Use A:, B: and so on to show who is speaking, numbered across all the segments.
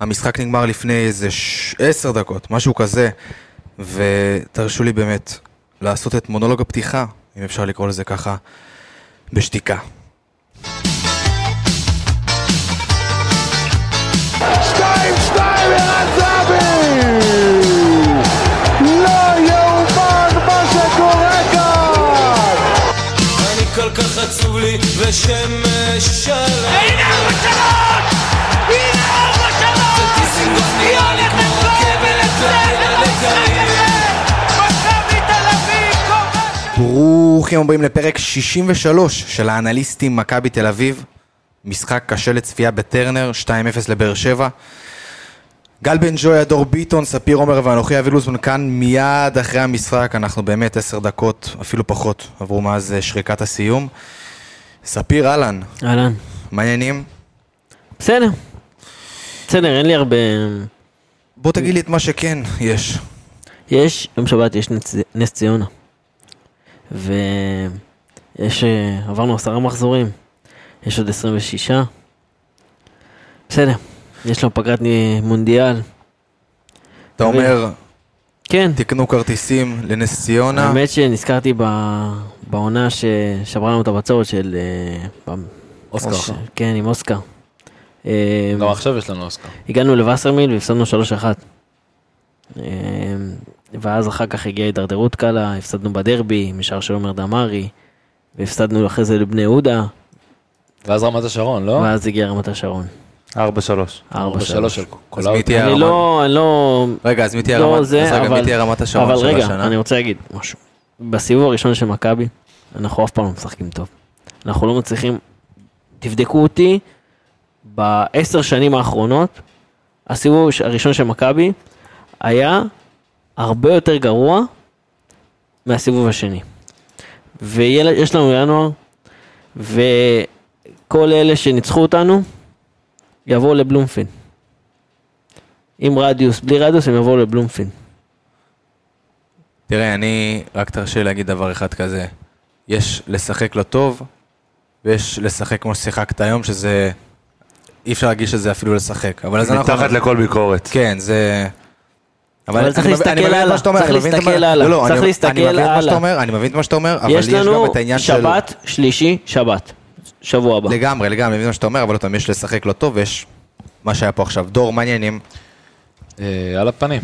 A: המשחק נגמר לפני איזה ש- עשר דקות, משהו כזה, ותרשו לי באמת לעשות את מונולוג הפתיחה, אם אפשר לקרוא לזה ככה, בשתיקה.
B: שתיים, שתיים, ערן זהבי! לא יאומן מה שקורה כאן!
C: אני כל כך עצוב לי ושמש שלם
D: הנה ארבע שלוש! הנה ארבע שלוש!
C: דיסינגוף נהיה לי כמו רכבת לילה לקרים
D: מכבי תל אביב כובש!
A: ברוכים הבאים לפרק 63 של האנליסטים מכבי תל אביב. משחק קשה לצפייה בטרנר, 2-0 לבאר שבע. גל בן ג'ויה, דור ביטון, ספיר עומר ואנוכי אבי לוזמן כאן מיד אחרי המשחק. אנחנו באמת עשר דקות, אפילו פחות, עברו מאז אה, שריקת הסיום. ספיר, אהלן,
E: אהלן.
A: מה העניינים?
E: בסדר. בסדר, אין לי הרבה...
A: בוא תגיד לי את מה שכן יש.
E: יש, יום שבת יש נס, נס ציונה. ויש... אה, עברנו עשרה מחזורים. יש עוד 26. בסדר. יש לו פגרת נ- מונדיאל.
A: אתה אומר,
E: כן.
A: תקנו כרטיסים לנס ציונה.
E: האמת שנזכרתי ב... בעונה ששברה לנו את הבצורת של... אה, ב- ש-
F: אוסקר.
E: כן, עם אוסקר. אה,
F: גם עכשיו יש לנו אוסקר.
E: הגענו לווסרמיל והפסדנו 3-1. אה, ואז אחר כך הגיעה הידרדרות קלה, הפסדנו בדרבי, משער של עומר דמארי, והפסדנו אחרי זה לבני יהודה,
F: ואז רמת השרון, לא?
E: ואז הגיעה רמת השרון.
G: 4-3.
F: ארבע
E: 4
F: שלוש
E: 3
F: של כל
A: אז מי
F: האוטו.
A: תהיה
E: אני
A: הרמת?
E: לא, אני לא...
A: רגע, אז מי תהיה
E: לא
A: הרמת- אז
E: זה,
A: רגע, מי
E: אבל...
A: תהיה רמת השרון
E: אבל
A: של
E: רגע,
A: השנה?
E: אני רוצה להגיד משהו. בסיבוב הראשון של מכבי, אנחנו אף פעם לא משחקים טוב. אנחנו לא מצליחים... תבדקו אותי, בעשר שנים האחרונות, הסיבוב הראשון של מכבי היה הרבה יותר גרוע מהסיבוב השני. ויש לנו ינואר, וכל אלה שניצחו אותנו, יבואו לבלומפין. עם רדיוס, בלי רדיוס הם יבואו לבלומפין.
A: תראה, אני, רק תרשה לי להגיד דבר אחד כזה. יש לשחק לא טוב, ויש לשחק כמו ששיחקת היום, שזה... אי אפשר להגיד שזה אפילו לשחק. אבל אז אנחנו...
G: מתחת לכל ביקורת.
A: כן, זה...
E: אבל צריך
A: אני מבין- אני מבין
E: להסתכל
A: את
E: הלאה,
A: מה שאתה אומר,
E: צריך
A: אני מבין את מה-
E: להסתכל הלאה,
A: לא, לא,
E: צריך
A: אני-
E: להסתכל
A: אני מבין את מה
E: הלאה.
A: שאתה אומר, אני מבין את מה שאתה אומר, אבל יש
E: יש
A: גם
E: לנו
A: את העניין של...
E: שבת, שלישי, שבת. שבוע הבא.
A: לגמרי, לגמרי, אני מבין מה שאתה אומר, אבל עוד פעם, יש לשחק לא טוב, ויש מה שהיה פה עכשיו. דור, מה העניינים?
F: אה, על הפנים,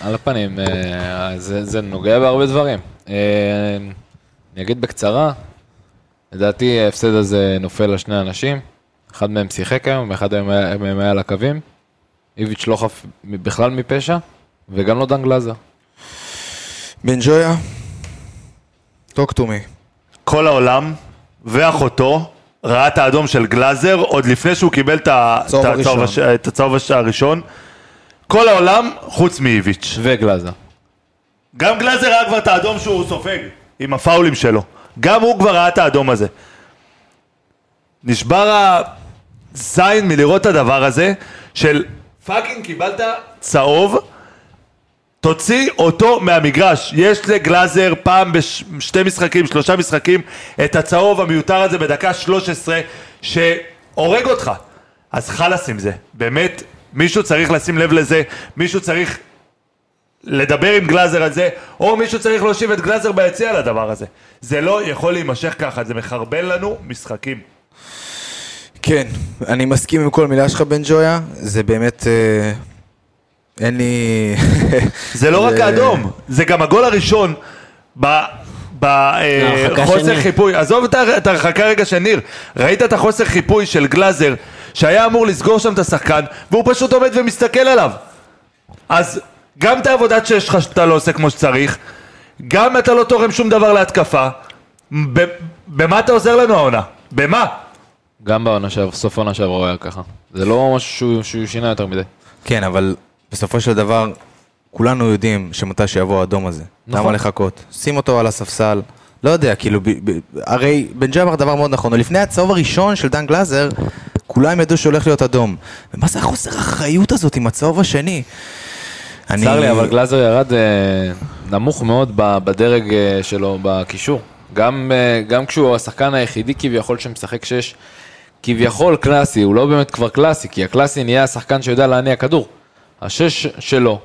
F: על הפנים. אה, זה זה נוגע בהרבה דברים. אה, אני אגיד בקצרה, לדעתי ההפסד הזה נופל על שני אנשים. אחד מהם שיחק היום, ואחד מהם היה- מהם היה על הקווים. איביץ' לא חף מ- בכלל מפשע, וגם לא דן גלאזר.
A: בן ג'ויה? talk to me.
G: כל העולם ואחותו ראה את האדום של גלאזר עוד לפני שהוא קיבל את ה- את
A: צהוב
G: הצהוב הש-
A: הראשון.
G: את הצהוב הש- הראשון. כל העולם חוץ מאיביץ'.
F: וגלאזר.
G: גם גלאזר ראה כבר את האדום שהוא סופג עם הפאולים שלו. גם הוא כבר ראה את האדום הזה. נשבר הזין מלראות את הדבר הזה של פאקינג קיבלת צהוב, תוציא אותו מהמגרש. יש לגלאזר פעם בשתי משחקים, שלושה משחקים, את הצהוב המיותר הזה בדקה 13 שהורג אותך. אז חלאס עם זה, באמת, מישהו צריך לשים לב לזה, מישהו צריך לדבר עם גלאזר על זה, או מישהו צריך להושיב את גלאזר ביציע על הדבר הזה. זה לא יכול להימשך ככה, זה מחרבן לנו משחקים.
A: כן, אני מסכים עם כל מילה שלך, בן ג'ויה. זה באמת... אה, אין לי...
G: זה לא רק
A: זה-
G: האדום, זה גם הגול הראשון
E: ההרחקה
G: בחוסר
E: של ניר.
G: חיפוי. עזוב את ה- את ההרחקה רגע של ניר, ראית את החוסר חיפוי של גלאזר, שהיה אמור לסגור שם את השחקן, והוא פשוט עומד ומסתכל עליו. אז גם את העבודת שיש לך שאתה לא עושה כמו שצריך, גם אתה לא תורם שום דבר להתקפה. ב- במה אתה עוזר לנו העונה? במה?
F: גם בעונה שעברה, סוף העונה שעברה הוא היה ככה. זה לא משהו שהוא- שהוא שינה יותר מדי.
A: כן, אבל בסופו של דבר, כולנו יודעים שמתי שיבוא האדום הזה.
E: נכון.
A: למה לחכות? שים אותו על הספסל. לא יודע, כאילו, ב, ב, הרי בן ג'אבר אמר דבר מאוד נכון. עוד לפני הצהוב הראשון של דן גלאזר, כולם ידעו שהולך להיות אדום. ומה זה החוסר האחריות הזאת עם הצהוב השני? אני...
F: צר לי, אבל גלאזר ירד אה, נמוך מאוד ב- בדרג אה, שלו בקישור. גם, אה, גם כשהוא השחקן היחידי כביכול שמשחק שש, כביכול קלאסי, הוא לא באמת כבר קלאסי, כי הקלאסי נהיה השחקן שיודע להניע כדור. השש שלו,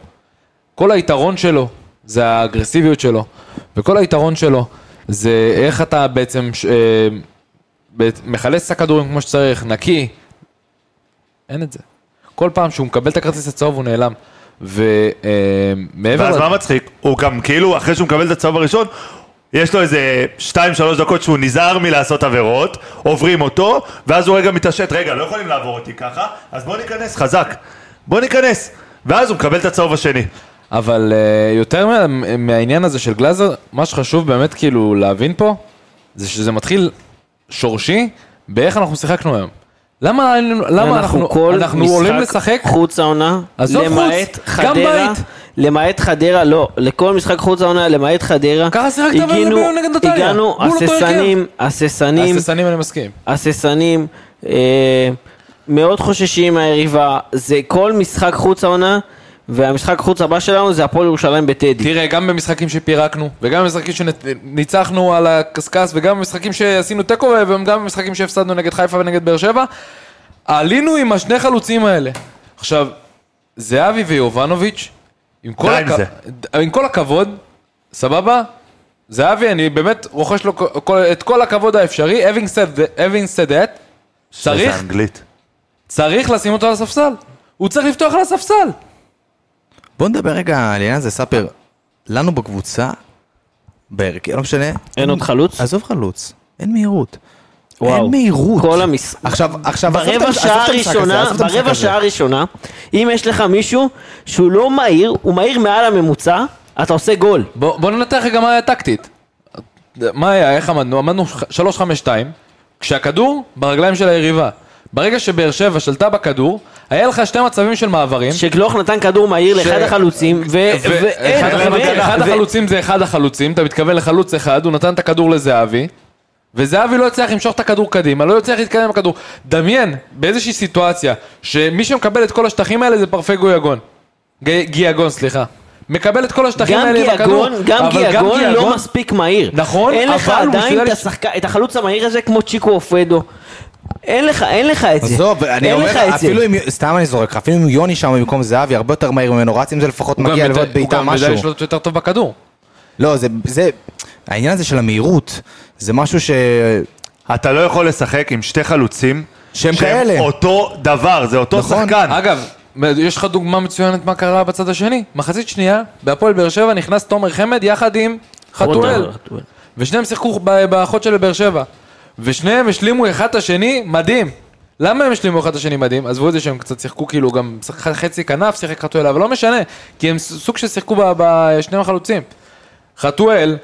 F: כל היתרון שלו זה האגרסיביות שלו, וכל היתרון שלו זה איך אתה בעצם ש- אה, בעת- מחלץ את הכדורים כמו שצריך, נקי. אין את זה. כל פעם שהוא מקבל את הכרטיס הצהוב הוא נעלם. אה, ומעבר...
G: ואז מה מצחיק? הוא גם כאילו, אחרי שהוא מקבל את הצהוב הראשון, יש לו איזה 2-3 דקות שהוא נזהר מלעשות עבירות, עוברים אותו, ואז הוא רגע מתעשת, רגע, לא יכולים לעבור אותי ככה, אז בוא ניכנס, חזק. בוא ניכנס. ואז הוא מקבל את הצהוב השני.
F: אבל אה, יותר מה- מהעניין הזה של גלאזר, מה שחשוב באמת כאילו להבין פה, זה שזה מתחיל שורשי באיך אנחנו שיחקנו היום. למה, למה אנחנו, אנחנו, אנחנו עולים לשחק?
E: חוץ העונה,
F: עזוב
E: למעט
F: חוץ, גם
E: חדרה,
F: בית.
E: למעט חדרה, לא, לכל משחק חוץ העונה, למעט חדרה,
F: ככה שיחקת אבל
E: הגענו-
F: ביום נגד נתניה.
E: הגענו
F: מול אותו הרכב.
E: הססנים, הססנים,
F: הססנים אני מסכים.
E: הססנים, אה, מאוד חוששים מהיריבה, זה כל משחק חוץ העונה, והמשחק חוץ הבא שלנו זה הפועל ירושלים בטדי.
F: תראה, גם במשחקים שפירקנו, וגם במשחקים שניצחנו על הקשקש, וגם במשחקים שעשינו תיקו, וגם במשחקים שהפסדנו נגד חיפה ונגד באר שבע, עלינו עם השני חלוצים האלה. עכשיו, זהבי ויובנוביץ', עם כל,
G: די עם זה.
F: עם כל הכבוד, סבבה? זהבי, אני באמת רוכש לו כל- כל- את כל הכבוד האפשרי. having said, having said that,
G: זה
F: צריך,
G: אנגלית.
F: צריך לשים אותו על הספסל. הוא צריך לפתוח על הספסל.
A: בוא נדבר רגע על העניין הזה, ספיר. לנו בקבוצה, בהרכב, לא משנה,
E: אין עוד חלוץ?
A: עזוב חלוץ, אין מהירות.
E: וואו.
A: אין מהירות.
E: כל המס...
A: עכשיו, עכשיו, עזוב את
E: ברבע
A: המש- עזוב
E: שעה
A: את המשחק הזה,
E: הראשונה,
A: עזוב את המשחק
E: ברבע
A: הזה.
E: שעה הראשונה, אם יש לך מישהו שהוא לא מהיר, הוא מהיר מעל הממוצע, אתה עושה גול.
F: בוא, בוא ננתח רגע מה היה טקטית. מה היה, איך עמדנו? עמדנו 3-5-2, כשהכדור ברגליים של היריבה. ברגע שבאר שבע שלטה בכדור, היה לך שתי מצבים של מעברים.
E: שגלוך נתן כדור מהיר לאחד החלוצים, ו...
F: ו-
E: ואין,
F: אחד
E: ואין,
F: החלוצים- אחד
E: ו-
F: החלוצים זה אחד החלוצים, אתה מתכוון לחלוץ אחד, הוא נתן את הכדור לזהבי, וזהבי לא הצליח למשוך את הכדור קדימה, לא הצליח להתקדם עם הכדור. דמיין באיזושהי סיטואציה, שמי שמקבל את כל השטחים האלה זה פרפגו יגון. ג- גיאגון, סליחה. מקבל את כל השטחים
E: גם
F: האלה עם הכדור,
E: גיאגון, גם
F: אבל
E: גיאגון לא מספיק מהיר.
F: נכון,
E: אין לך
F: אבל הוא
E: עדיין
F: מסוגל
E: את
F: לש-
E: השחק- את החלוץ המהיר הזה כמו צ'יקו אופדו. אין לך, אין לך את זה.
A: עזוב, אני
E: אין
A: אומר
E: לך
A: לך,
E: את זה.
A: אפילו אם, סתם אני זורק לך, אפילו אם יוני שם במקום זהבי, הרבה יותר מהיר ממנו, רץ עם זה לפחות
F: הוא גם
A: מגיע
F: מת-
A: לבעוט בעיטה
F: הוא גם יודע
A: משהו.
F: לשלוט יותר טוב בכדור.
A: לא, זה, זה, העניין הזה של המהירות, זה משהו ש...
G: אתה לא יכול לשחק עם שתי חלוצים
A: שהם כאלה.
G: אותו דבר, זה אותו
A: נכון.
G: שחקן.
F: אגב, יש לך דוגמה מצוינת מה קרה בצד השני. מחצית שנייה, בהפועל באר שבע נכנס תומר חמד יחד עם חתואל.
E: חתואל.
F: ושניהם שיחקו ב- באחות של באר שבע. ושניהם השלימו אחד את השני מדהים. למה הם השלימו אחד את השני מדהים? עזבו את זה שהם קצת שיחקו כאילו גם שח- חצי כנף, שיחק חתואל, אבל לא משנה, כי הם ס- סוג ששיחקו ב- בשני החלוצים. חתואל,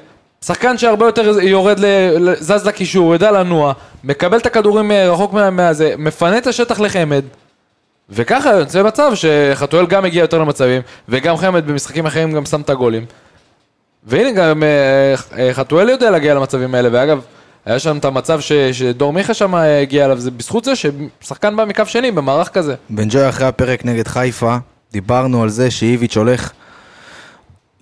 F: שחקן שהרבה יותר יורד, ל- ל- זז לקישור, יודע לנוע, מקבל את הכדורים אה, רחוק מה- מהזה, מפנה את השטח לחמד, וככה יוצא מצב שחתואל גם הגיע יותר למצבים, וגם חמד במשחקים אחרים גם שם את הגולים. והנה גם אה, אה, חתואל יודע להגיע למצבים האלה, ואגב, היה שם את המצב ש, שדור מיכה שם אה, הגיע אליו, זה בזכות זה ששחקן בא מקו שני במערך כזה.
A: בן ג'וי אחרי הפרק נגד חיפה, דיברנו על זה שאיביץ' הולך...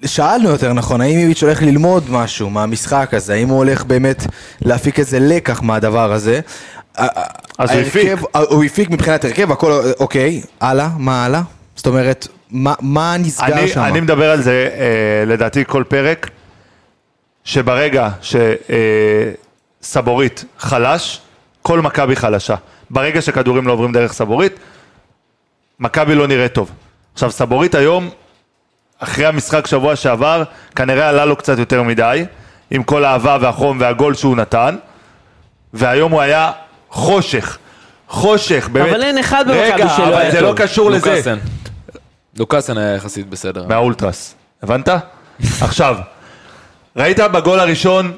A: שאלנו יותר נכון, האם איביץ' הולך ללמוד משהו מהמשחק הזה, האם הוא הולך באמת להפיק איזה לקח מהדבר הזה.
G: אז הוא הפיק.
A: ההרכב- אה, הוא הפיק מבחינת הרכב, הכל אוקיי, הלאה, מה הלאה? זאת אומרת, מה- מה נסגר
G: אני,
A: שם?
G: אני מדבר על זה, אה, לדעתי, כל פרק, שברגע שסבורית חלש, כל מכבי חלשה. ברגע שכדורים לא עוברים דרך סבורית, מכבי לא נראה טוב. עכשיו, סבורית היום, אחרי המשחק שבוע שעבר, כנראה עלה לו קצת יותר מדי, עם כל האהבה והחום והגול שהוא נתן, והיום הוא היה חושך. חושך, באמת.
E: אבל אין אחד במכבי
G: רגע,
E: שלא
G: אבל
E: היה
G: זה לא
E: טוב.
G: קשור לזה.
F: לוקאסן. לוקאסן היה יחסית בסדר.
G: מהאולטרס. הבנת? עכשיו, ראית בגול הראשון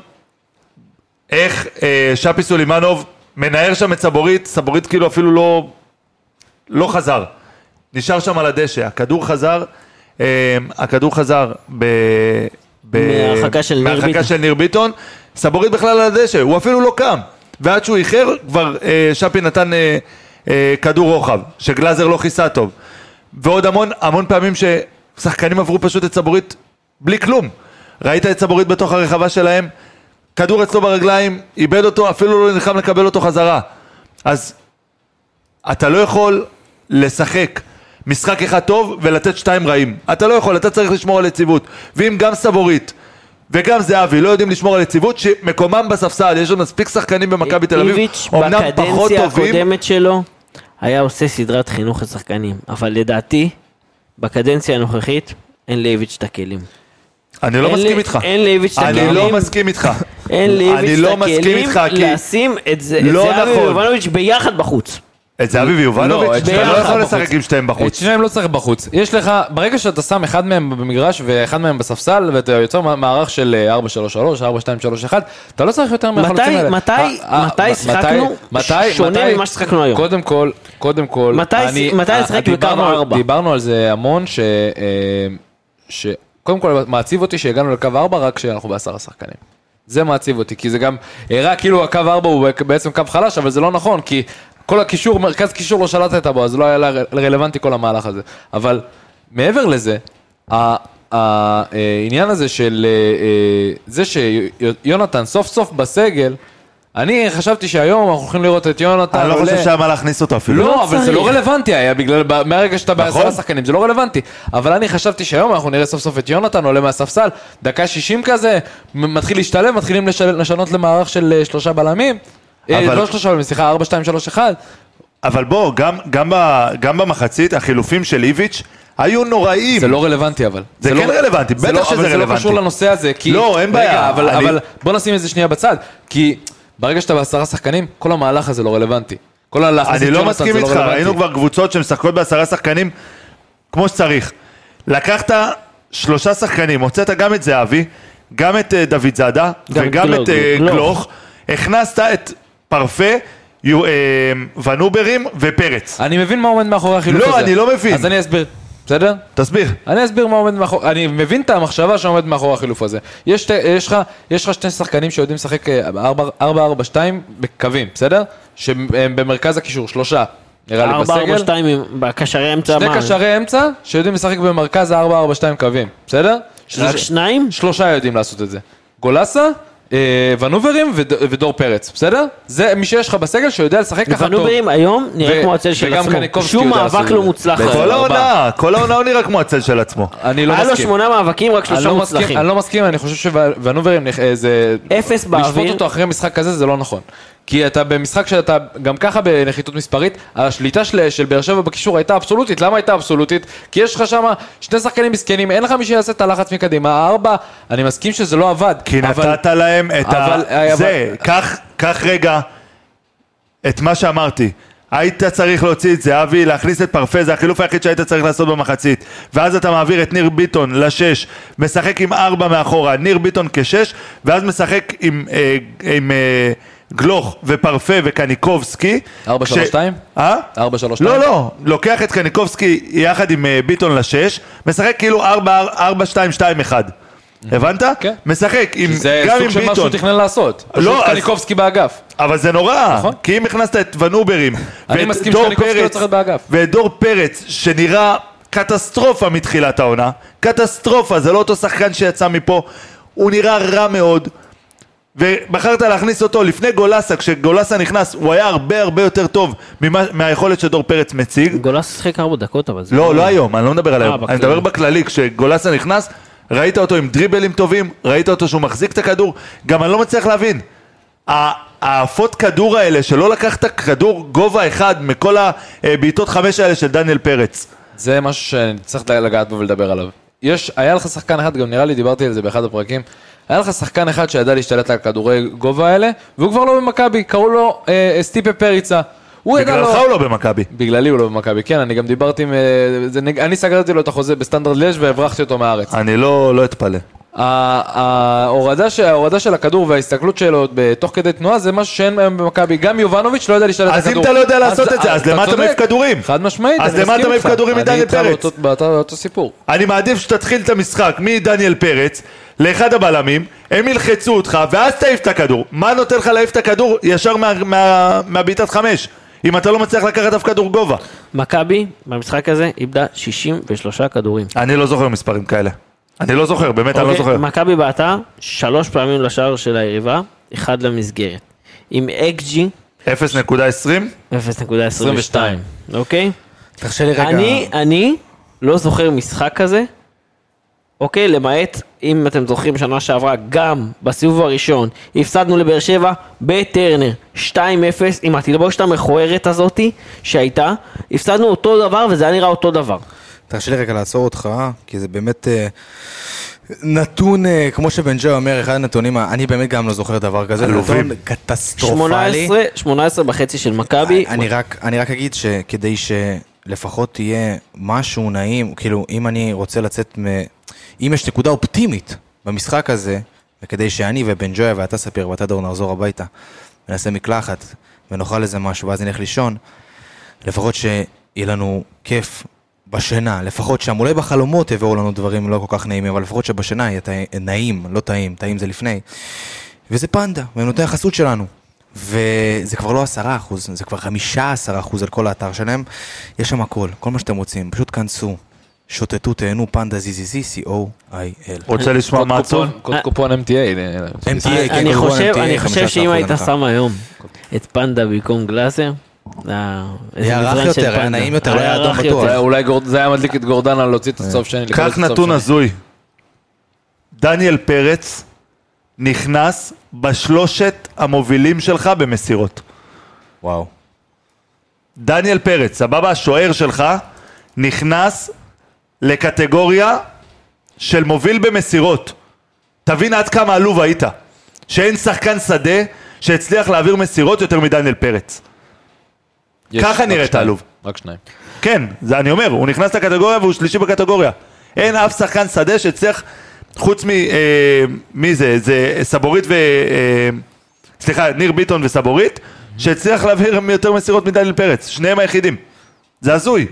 G: איך אה, שפי סולימנוב מנער שם את סבורית, סבורית כאילו אפילו לא, לא חזר. נשאר שם על הדשא, הכדור חזר, אה, הכדור חזר ב... ב-
E: מהרחקה של ניר
G: מהרחקה
E: ביטון.
G: של ניר ביטון, סבורית בכלל על הדשא, הוא אפילו לא קם. ועד שהוא איחר, כבר אה, שפי נתן אה, אה, כדור רוחב, שגלאזר לא כיסה טוב. ועוד המון, המון פעמים ששחקנים עברו פשוט את סבורית בלי כלום. ראית את סבורית בתוך הרחבה שלהם, כדור אצלו ברגליים, איבד אותו, אפילו לא נלחם לקבל אותו חזרה. אז אתה לא יכול לשחק משחק אחד טוב ולתת שתיים רעים. אתה לא יכול, אתה צריך לשמור על יציבות. ואם גם סבורית וגם זהבי לא יודעים לשמור על יציבות, שמקומם בספסל, יש עוד מספיק שחקנים במכבי תל אביב,
E: איביץ'
G: אומנם פחות
E: בקדנציה
G: טובים,
E: הקודמת שלו היה עושה סדרת חינוך לשחקנים, אבל לדעתי, בקדנציה הנוכחית אין לאיביץ' את הכלים.
G: אני לא
E: אין
G: מסכים
E: לי-
G: איתך.
E: אין לאיביץ' את
G: אני לא
E: הכלים.
G: מסכים איתך.
E: אין
G: אני
E: לאיביץ'
G: לא
E: את
G: מסכים
E: הכלים
G: איתך, כי
E: לשים את זה- את
G: לא
E: זהבי
G: נכון.
E: ויובנוביץ' ביחד בחוץ.
G: את זהבי ויובנוביץ',
F: לא,
E: את
G: אתה לא
E: ביחד
G: יכול
F: בחוץ.
G: לשחק עם שתיהם
F: את
G: בחוץ.
F: שניהם לא צריך בחוץ. יש לך, ברגע שאתה שם אחד מהם במגרש ואחד מהם בספסל, ואתה יוצר מערך של אה, 4-3-3, 4-2-3-1, אתה לא צריך יותר מהחלוצים האלה.
E: מתי-
F: אה, אה,
E: מתי
F: מתי-
E: שיחקנו
F: מתי-
E: שונה
F: מתי-
E: ממה ששיחקנו היום?
F: קודם כל, קודם כל,
E: מתי
F: אני-
E: ש- מתי
F: אה,
E: לשחק
F: דיברנו
E: בקו
F: על-
E: ארבע?
F: דיברנו על זה המון, ש... אה, ש- קודם כל, מעציב אותי שהגענו לקו 4 רק כשאנחנו בעשרה שחקנים. זה מעציב אותי, כי זה גם הראה כאילו הקו 4 הוא בעצם קו חלש, אבל זה לא נכון, כי כל הקישור, מרכז קישור לא שלטת בו, אז לא היה ל- רלוונטי כל המהלך הזה. אבל מעבר לזה, ה- ה- העניין הזה של אה, אה, זה שיונתן סוף סוף בסגל, אני חשבתי שהיום אנחנו הולכים לראות את יונתן
G: אני לא
F: עולה-
G: חושב שהיה מה להכניס אותו אפילו.
F: לא, אבל זה לא
E: צריך.
F: רלוונטי היה בגלל, ב- מהרגע שאתה
G: נכון.
F: בעשרה שחקנים, זה לא רלוונטי. אבל אני חשבתי שהיום אנחנו נראה סוף סוף את יונתן עולה מהספסל, דקה 60 כזה, מ- מתחיל להשתלב, מתחילים לשל- לשנות למערך של אה, שלושה בלמים. אה,
G: אבל-
F: לא שלושה בלמים, סליחה, 4, 2, 3, 1.
G: אבל בוא, גם, גם, ב, גם במחצית, החילופים של איביץ' היו נוראים.
F: זה לא רלוונטי אבל.
G: זה כן
F: לא-
G: רלוונטי,
F: זה
G: בטח
F: לא-
G: שזה
F: אבל זה לא
G: רלוונטי.
F: קשור לנושא הזה, כי...
G: לא, אין בעיה,
F: רגע, אבל-
G: אני-
F: אבל בוא נשים את זה שנייה בצד, כי ברגע שאתה בעשרה שחקנים, כל המהלך הזה לא רלוונטי. כל הלחץ
G: אני לא מסכים איתך, ראינו כבר קבוצות שמשחקות בעשרה שחקנים כמו שצריך. לקחת שלושה שחקנים, הוצאת גם את זהבי, גם את אה, דוד זאדה,
E: גם את
G: וגם את
E: גלוך,
G: אה,
E: גלוך.
G: גלוך, הכנסת את פרפה, יו- אה, ונוברים ופרץ.
F: אני מבין מה עומד מאחורי החילוף
G: לא,
F: הזה.
G: אני לא מבין.
F: אז אני אסביר, בסדר?
G: תסביר.
F: אני אסביר מה עומד מאחורי, אני מבין את המחשבה שעומד מאחורי החילוף הזה. יש שתי- יש לך- יש לך שני שחקנים שיודעים לשחק אה, 4-4-2 בקווים, בסדר? שהם אה, במרכז הקישור, שלושה, נראה לי, בסגל.
E: 4-4-2 עם- בקשרי אמצע
F: שני
E: מה?
F: קשרי אמצע שיודעים לשחק במרכז ה-4-4-2 קווים, בסדר?
E: רק
F: שזה-
E: שניים?
F: שלושה יודעים לעשות את זה. גולסה, אה, ונוברים וד- ודור פרץ, בסדר? זה מי שיש לך בסגל שיודע לשחק ככה טוב.
E: ונוברים היום נראה
F: ו-
E: כמו הצל של
F: וגם
E: עצמו.
F: קניקובסקי
E: שום
F: יודע לעשות את
E: מאבק
F: זה.
E: לא מוצלח.
F: בכל
E: היום.
G: כל
F: ארבע.
G: העונה, כל העונה הוא נראה כמו הצל של עצמו.
F: אני לא
E: היה לו
F: מסכים.
E: שמונה מאבקים, רק
F: אני
E: שלושה
F: לא מסכים,
E: מוצלחים.
F: אני לא מסכים, אני חושב שוונוברים זה...
E: אפס
F: לשפוט
E: באוויר.
F: אותו אחרי משחק כזה זה לא נכון. כי אתה במשחק שאתה גם ככה בנחיתות מספרית, השליטה של, של באר שבע בקישור הייתה אבסולוטית. למה הייתה אבסולוטית? כי יש לך שם שני שחקנים מסכנים, אין לך מי שיעשה את הלחץ מקדימה. ארבע, אני מסכים שזה לא עבד.
G: כי
F: אבל-
G: נתת להם את ה...
F: אבל- אה, אבל-
G: זה, קח- קח רגע את מה שאמרתי. היית צריך להוציא את זהבי, להכניס את פרפה, זה החילוף היחיד שהיית צריך לעשות במחצית. ואז אתה מעביר את ניר ביטון לשש, משחק עם ארבע מאחורה, ניר ביטון כשש, ואז משחק עם, אה, עם אה, גלוך ופרפה וקניקובסקי.
F: ארבע,
G: כש-
F: שלוש, שתיים?
G: אה?
F: ארבע, שלוש,
G: לא,
F: שתיים?
G: לא, לוקח את קניקובסקי יחד עם אה, ביטון לשש, משחק כאילו ארבע, ארבע, שתיים, שתיים, אחד. הבנת?
F: כן.
G: משחק עם,
F: זה
G: גם עם
F: סוג של משהו
G: ביטון,
F: שהוא תכנן לעשות.
G: לא,
F: פשוט
G: אז-
F: קניקובסקי באגף.
G: אבל זה נורא,
F: נכון.
G: כי אם הכנסת את ונוברים,
F: אני
G: ואת
F: מסכים
G: דור
F: שקניקובסקי לא
G: פרץ-
F: צריך להיות באגף.
G: ואת דור פרץ, שנראה קטסטרופה מתחילת העונה, קטסטרופה, זה לא אותו שחקן שיצא מפה, הוא נראה רע מאוד, ובחרת להכניס אותו לפני גולסה, כשגולסה נכנס, הוא היה הרבה הרבה יותר טוב ממה, מהיכולת שדור פרץ מציג.
E: גולס שיחק ארבע דקות, אבל זה...
G: לא, לא היום, אני לא מדבר על היום.
E: בכללי.
G: אני מדבר בכללי, כשגולסה נכנס, ראית אותו עם דריבלים טובים, ראית אותו שהוא מחזיק את הכדור, גם אני לא מצליח להבין. ה- העפות כדור האלה, שלא לקחת כדור גובה אחד מכל הבעיטות חמש האלה של דניאל פרץ.
F: זה משהו שצריך לגעת בו ולדבר עליו. יש, היה לך שחקן אחד, גם נראה לי דיברתי על זה באחד הפרקים, היה לך שחקן אחד שידע להשתלט על כדורי גובה האלה, והוא כבר לא במכבי, קראו לו אה, סטיפה פריצה. הוא ידע
G: בגללך
F: לו...
G: הוא לא במכבי.
F: בגללי הוא לא במכבי, כן, אני גם דיברתי עם... אה, זה, נג- אני סגרתי לו את החוזה בסטנדרט לש והברחתי אותו מהארץ.
G: אני לא לא אתפלא.
F: ה- ההורדה, ש- ההורדה של הכדור וההסתכלות שלו תוך כדי תנועה זה משהו שאין היום במכבי. גם יובנוביץ' לא יודע להשתלט על
G: אז
F: הכדור.
G: אם אתה לא יודע לעשות את זה, אז למה אתה מעיף
F: צודק.
G: כדורים?
F: חד משמעית,
G: אז
F: אני
G: למה אתה
F: מסכים
G: מעיף
F: איתך.
G: כדורים מדניאל
F: אני
G: פרץ?
F: איתך באותו- באותו באותו סיפור.
G: אני מעדיף שתתחיל את המשחק מדניאל פרץ לאחד הבלמים, הם ילחצו אותך ואז תעיף את הכדור. מה נותן לך להעיף את הכדור ישר מה- מה- מהבעיטת חמש? אם אתה לא מצליח לקחת אף כדור גובה.
E: מכבי, במשחק הזה, איבדה 63 כדורים.
G: אני לא זוכר מספרים כאלה. אני לא זוכר, באמת, אני לא
E: אוקיי,
G: זוכר.
E: מכבי בעטה שלוש פעמים לשער של היריבה, אחד למסגרת. עם אקג'י
G: 0.20?
E: 0.22, אוקיי?
A: תרשה לי רגע...
E: אני, אני לא זוכר משחק כזה, אוקיי? למעט, אם אתם זוכרים, שנה שעברה, גם בסיבוב הראשון, הפסדנו לבאר שבע בטרנר, 2-0, עם התלבושת המכוערת הזאתי שהייתה, הפסדנו אותו דבר וזה היה נראה אותו דבר.
A: תרשה לי רגע לעצור אותך, כי זה באמת אה, נתון, אה, כמו שבן ג'וי אומר, אחד הנתונים, ה- אני באמת גם לא זוכר דבר כזה,
G: עלובים.
A: נתון קטסטרופלי.
E: 18, 18 וחצי של מכבי,
A: אני רק, אני רק אגיד שכדי שלפחות תהיה משהו נעים, כאילו, אם אני רוצה לצאת מ... אם יש נקודה אופטימית במשחק הזה, וכדי שאני ובן ג'ויה ואתה ספיר ואתה דור נחזור הביתה, ונעשה מקלחת, ונאכל איזה משהו, ואז נלך לישון, לפחות שיהיה לנו כיף בשינה, לפחות שם, אולי בחלומות יבואו לנו דברים לא כל כך נעימים, אבל לפחות שבשינה יהיה טעי- נעים, לא טעים, טעים זה לפני. וזה פנדה, והם נותני החסות שלנו. וזה כבר לא עשרה אחוז, זה כבר חמישה עשרה אחוז על כל האתר שלהם. יש שם הכל, כל מה שאתם רוצים, פשוט כנסו, שוטטו, תהנו, פנדה ZZZ, co.il.
G: רוצה לשמוע מה עצוב?
E: אה.
F: קוד קופון MTA.
A: MTA,
E: אני-
A: כן,
E: אני
A: כמובן,
E: חושב,
A: MTA,
E: אני חושב
A: 15%
E: שאם היית
A: הנחה.
E: שם היום את פנדה במקום גלאזר, אה, איזה
A: היה רך
E: מזרן של
A: יותר, היה
E: פנדה.
A: נעים יותר, לא היה
E: רך
A: אדום
E: יותר.
A: בטוח.
F: זה אולי גור- זה היה מדליק את גורדנה להוציא את הסוף שני. לקבל את
G: קח
F: הסוף
G: נתון
F: שני.
G: הזוי. דניאל פרץ נכנס בשלושת המובילים שלך במסירות.
A: וואו.
G: דניאל פרץ, סבבה? השוער שלך נכנס לקטגוריה של מוביל במסירות. תבין עד כמה עלוב היית. שאין שחקן שדה שהצליח להעביר מסירות יותר מדניאל פרץ.
F: יש,
G: ככה
F: רק
G: נראית
F: שניים.
G: עלוב.
F: רק שניים.
G: כן, זה אני אומר, הוא נכנס לקטגוריה והוא שלישי בקטגוריה. אין אף שחקן שדה שהצליח, חוץ מ... אה, מי זה? זה סבורית ו... אה, סליחה, ניר ביטון וסבורית, שהצליח להעביר יותר מסירות מדניאל פרץ. שניהם היחידים. זה הזוי.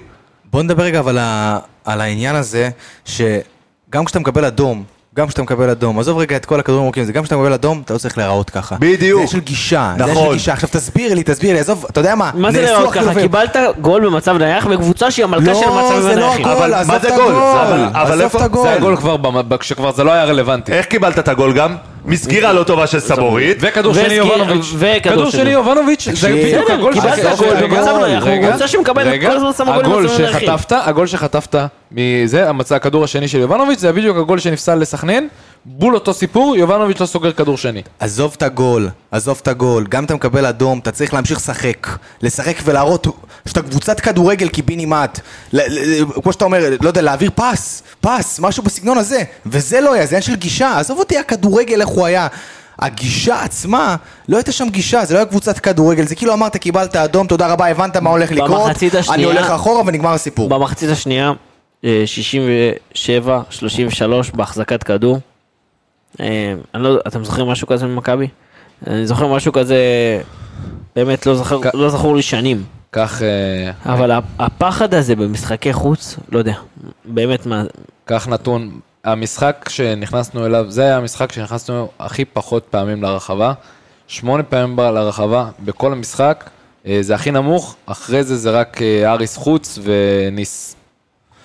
A: בוא נדבר רגע אבל ה- על העניין הזה, שגם כשאתה מקבל אדום, גם כשאתה מקבל אדום, עזוב רגע את כל הכדורים המוקים, זה גם כשאתה מקבל אדום, אתה לא צריך להיראות ככה.
G: בדיוק.
A: זה של גישה, זה
G: נכון.
A: של גישה. עכשיו תסביר לי, תסביר לי, עזוב, אתה יודע מה,
E: מה זה
A: נעשו
E: לראות ככה?
A: החילופים.
E: קיבלת גול במצב נייח בקבוצה שהיא המלכה
A: לא,
E: של
A: זה
E: מצבים
A: לא
E: נייחים.
A: הגול.
G: אבל
A: עזוב
G: מה זה
A: את
G: גול?
A: הגול.
G: זה אבל- אבל
A: עזוב
G: איפה-
A: את הגול.
F: זה הגול כבר, במ- כשכבר זה לא היה רלוונטי.
G: איך קיבלת את הגול גם? מסגירה לא טובה של סבורית.
F: וכדור שני
E: וסקי-
F: יובנוביץ'.
E: וכדור
F: כדור
E: שני.
F: שני יובנוביץ'. זה
A: תקשיב,
F: בדיוק
E: בסדר,
F: הגול
E: קיבלת
F: שחטפת.
E: גול
F: רגע,
E: במצב נייח, הוא
F: רגע,
E: קבוצה שמקבלת
F: רגע.
E: כל הזמן שמה גולים
F: הגול
E: במצבים נייחים.
F: שחטפת, הגול שחטפת מזה, המצב, הכדור השני של יובנוביץ', זה בדיוק הגול שנפסל לסכנין. בול אותו סיפור, יובנוביץ' לא סוגר כדור שני.
A: עזוב את הגול, עזוב את הגול, גם אם אתה מקבל אדום, אתה צריך להמשיך לשחק. לשחק ולהראות שאתה קבוצת כדורגל קיבינימט. ל- ל- ל- כמו שאתה אומר, לא יודע, להעביר פס, פס, משהו בסגנון הזה. וזה לא היה, זה עניין של גישה. עזוב אותי הכדורגל, איך הוא היה. הגישה עצמה, לא הייתה שם גישה, זה לא היה קבוצת כדורגל, זה כאילו אמרת, קיבלת אדום, תודה רבה, הבנת מה הולך לקרות,
E: במחצית
A: אני
E: השנייה-
A: הולך אחורה ונגמר הסיפור.
E: במחצית השנייה, אה, 67-33 בהחזקת כדור. אה, אני לא, אתם זוכרים משהו כזה ממכבי? אני זוכר משהו כזה, באמת לא, זכר,
F: כ-
E: לא זכור לי שנים.
F: כך, אה,
E: אבל ה- הפחד הזה במשחקי חוץ, לא יודע, באמת מה,
F: כך נתון, המשחק שנכנסנו אליו, זה היה המשחק שנכנסנו הכי פחות פעמים לרחבה. שמונה פעמים ב- לרחבה בכל המשחק, אה, זה הכי נמוך, אחרי זה זה רק אה, אריס חוץ וניס,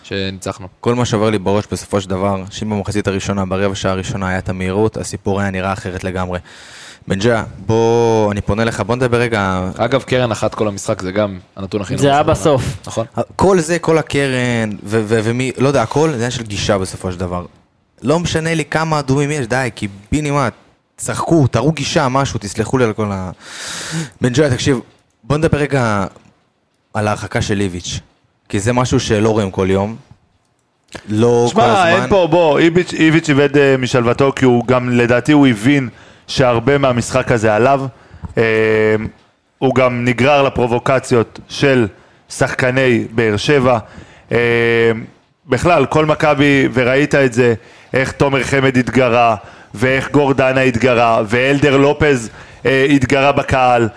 F: שניצחנו.
A: כל מה שעובר לי בראש בסופו של דבר, שאם במחצית הראשונה, ברבע שעה הראשונה היה את המהירות, הסיפור היה נראה אחרת לגמרי. בן ג'ה, בוא, אני פונה לך, בוא נדבר רגע.
F: אגב, קרן אחת כל המשחק זה גם הנתון הכי נמוך.
E: זה היה
F: של העונה.
E: בסוף.
F: נכון.
A: כל זה, כל הקרן, ו- ו- ומי, לא יודע, הכל, זה עניין של גישה בסופו של דבר. לא משנה לי כמה אדומים יש, די, כי בינימט, צחקו, תראו גישה, משהו, תסלחו לי על כל ה... בן ג'ה, תקשיב, בוא נדבר רגע על ההרחקה של איביץ', כי זה משהו שלא רואים כל יום. לא כל הזמן.
G: שמע, אין פה, בוא, איביץ' איביץ' איבד אה, משלוותו, כי הוא גם, לדעתי, הוא הבין שהרבה מהמשחק הזה עליו. אה, הוא גם נגרר לפרובוקציות של שחקני באר שבע. אה, בכלל, כל מכבי, וראית את זה, איך תומר חמד התגרה, ואיך גורדנה התגרה, ואלדר לופז אה, התגרה בקהל.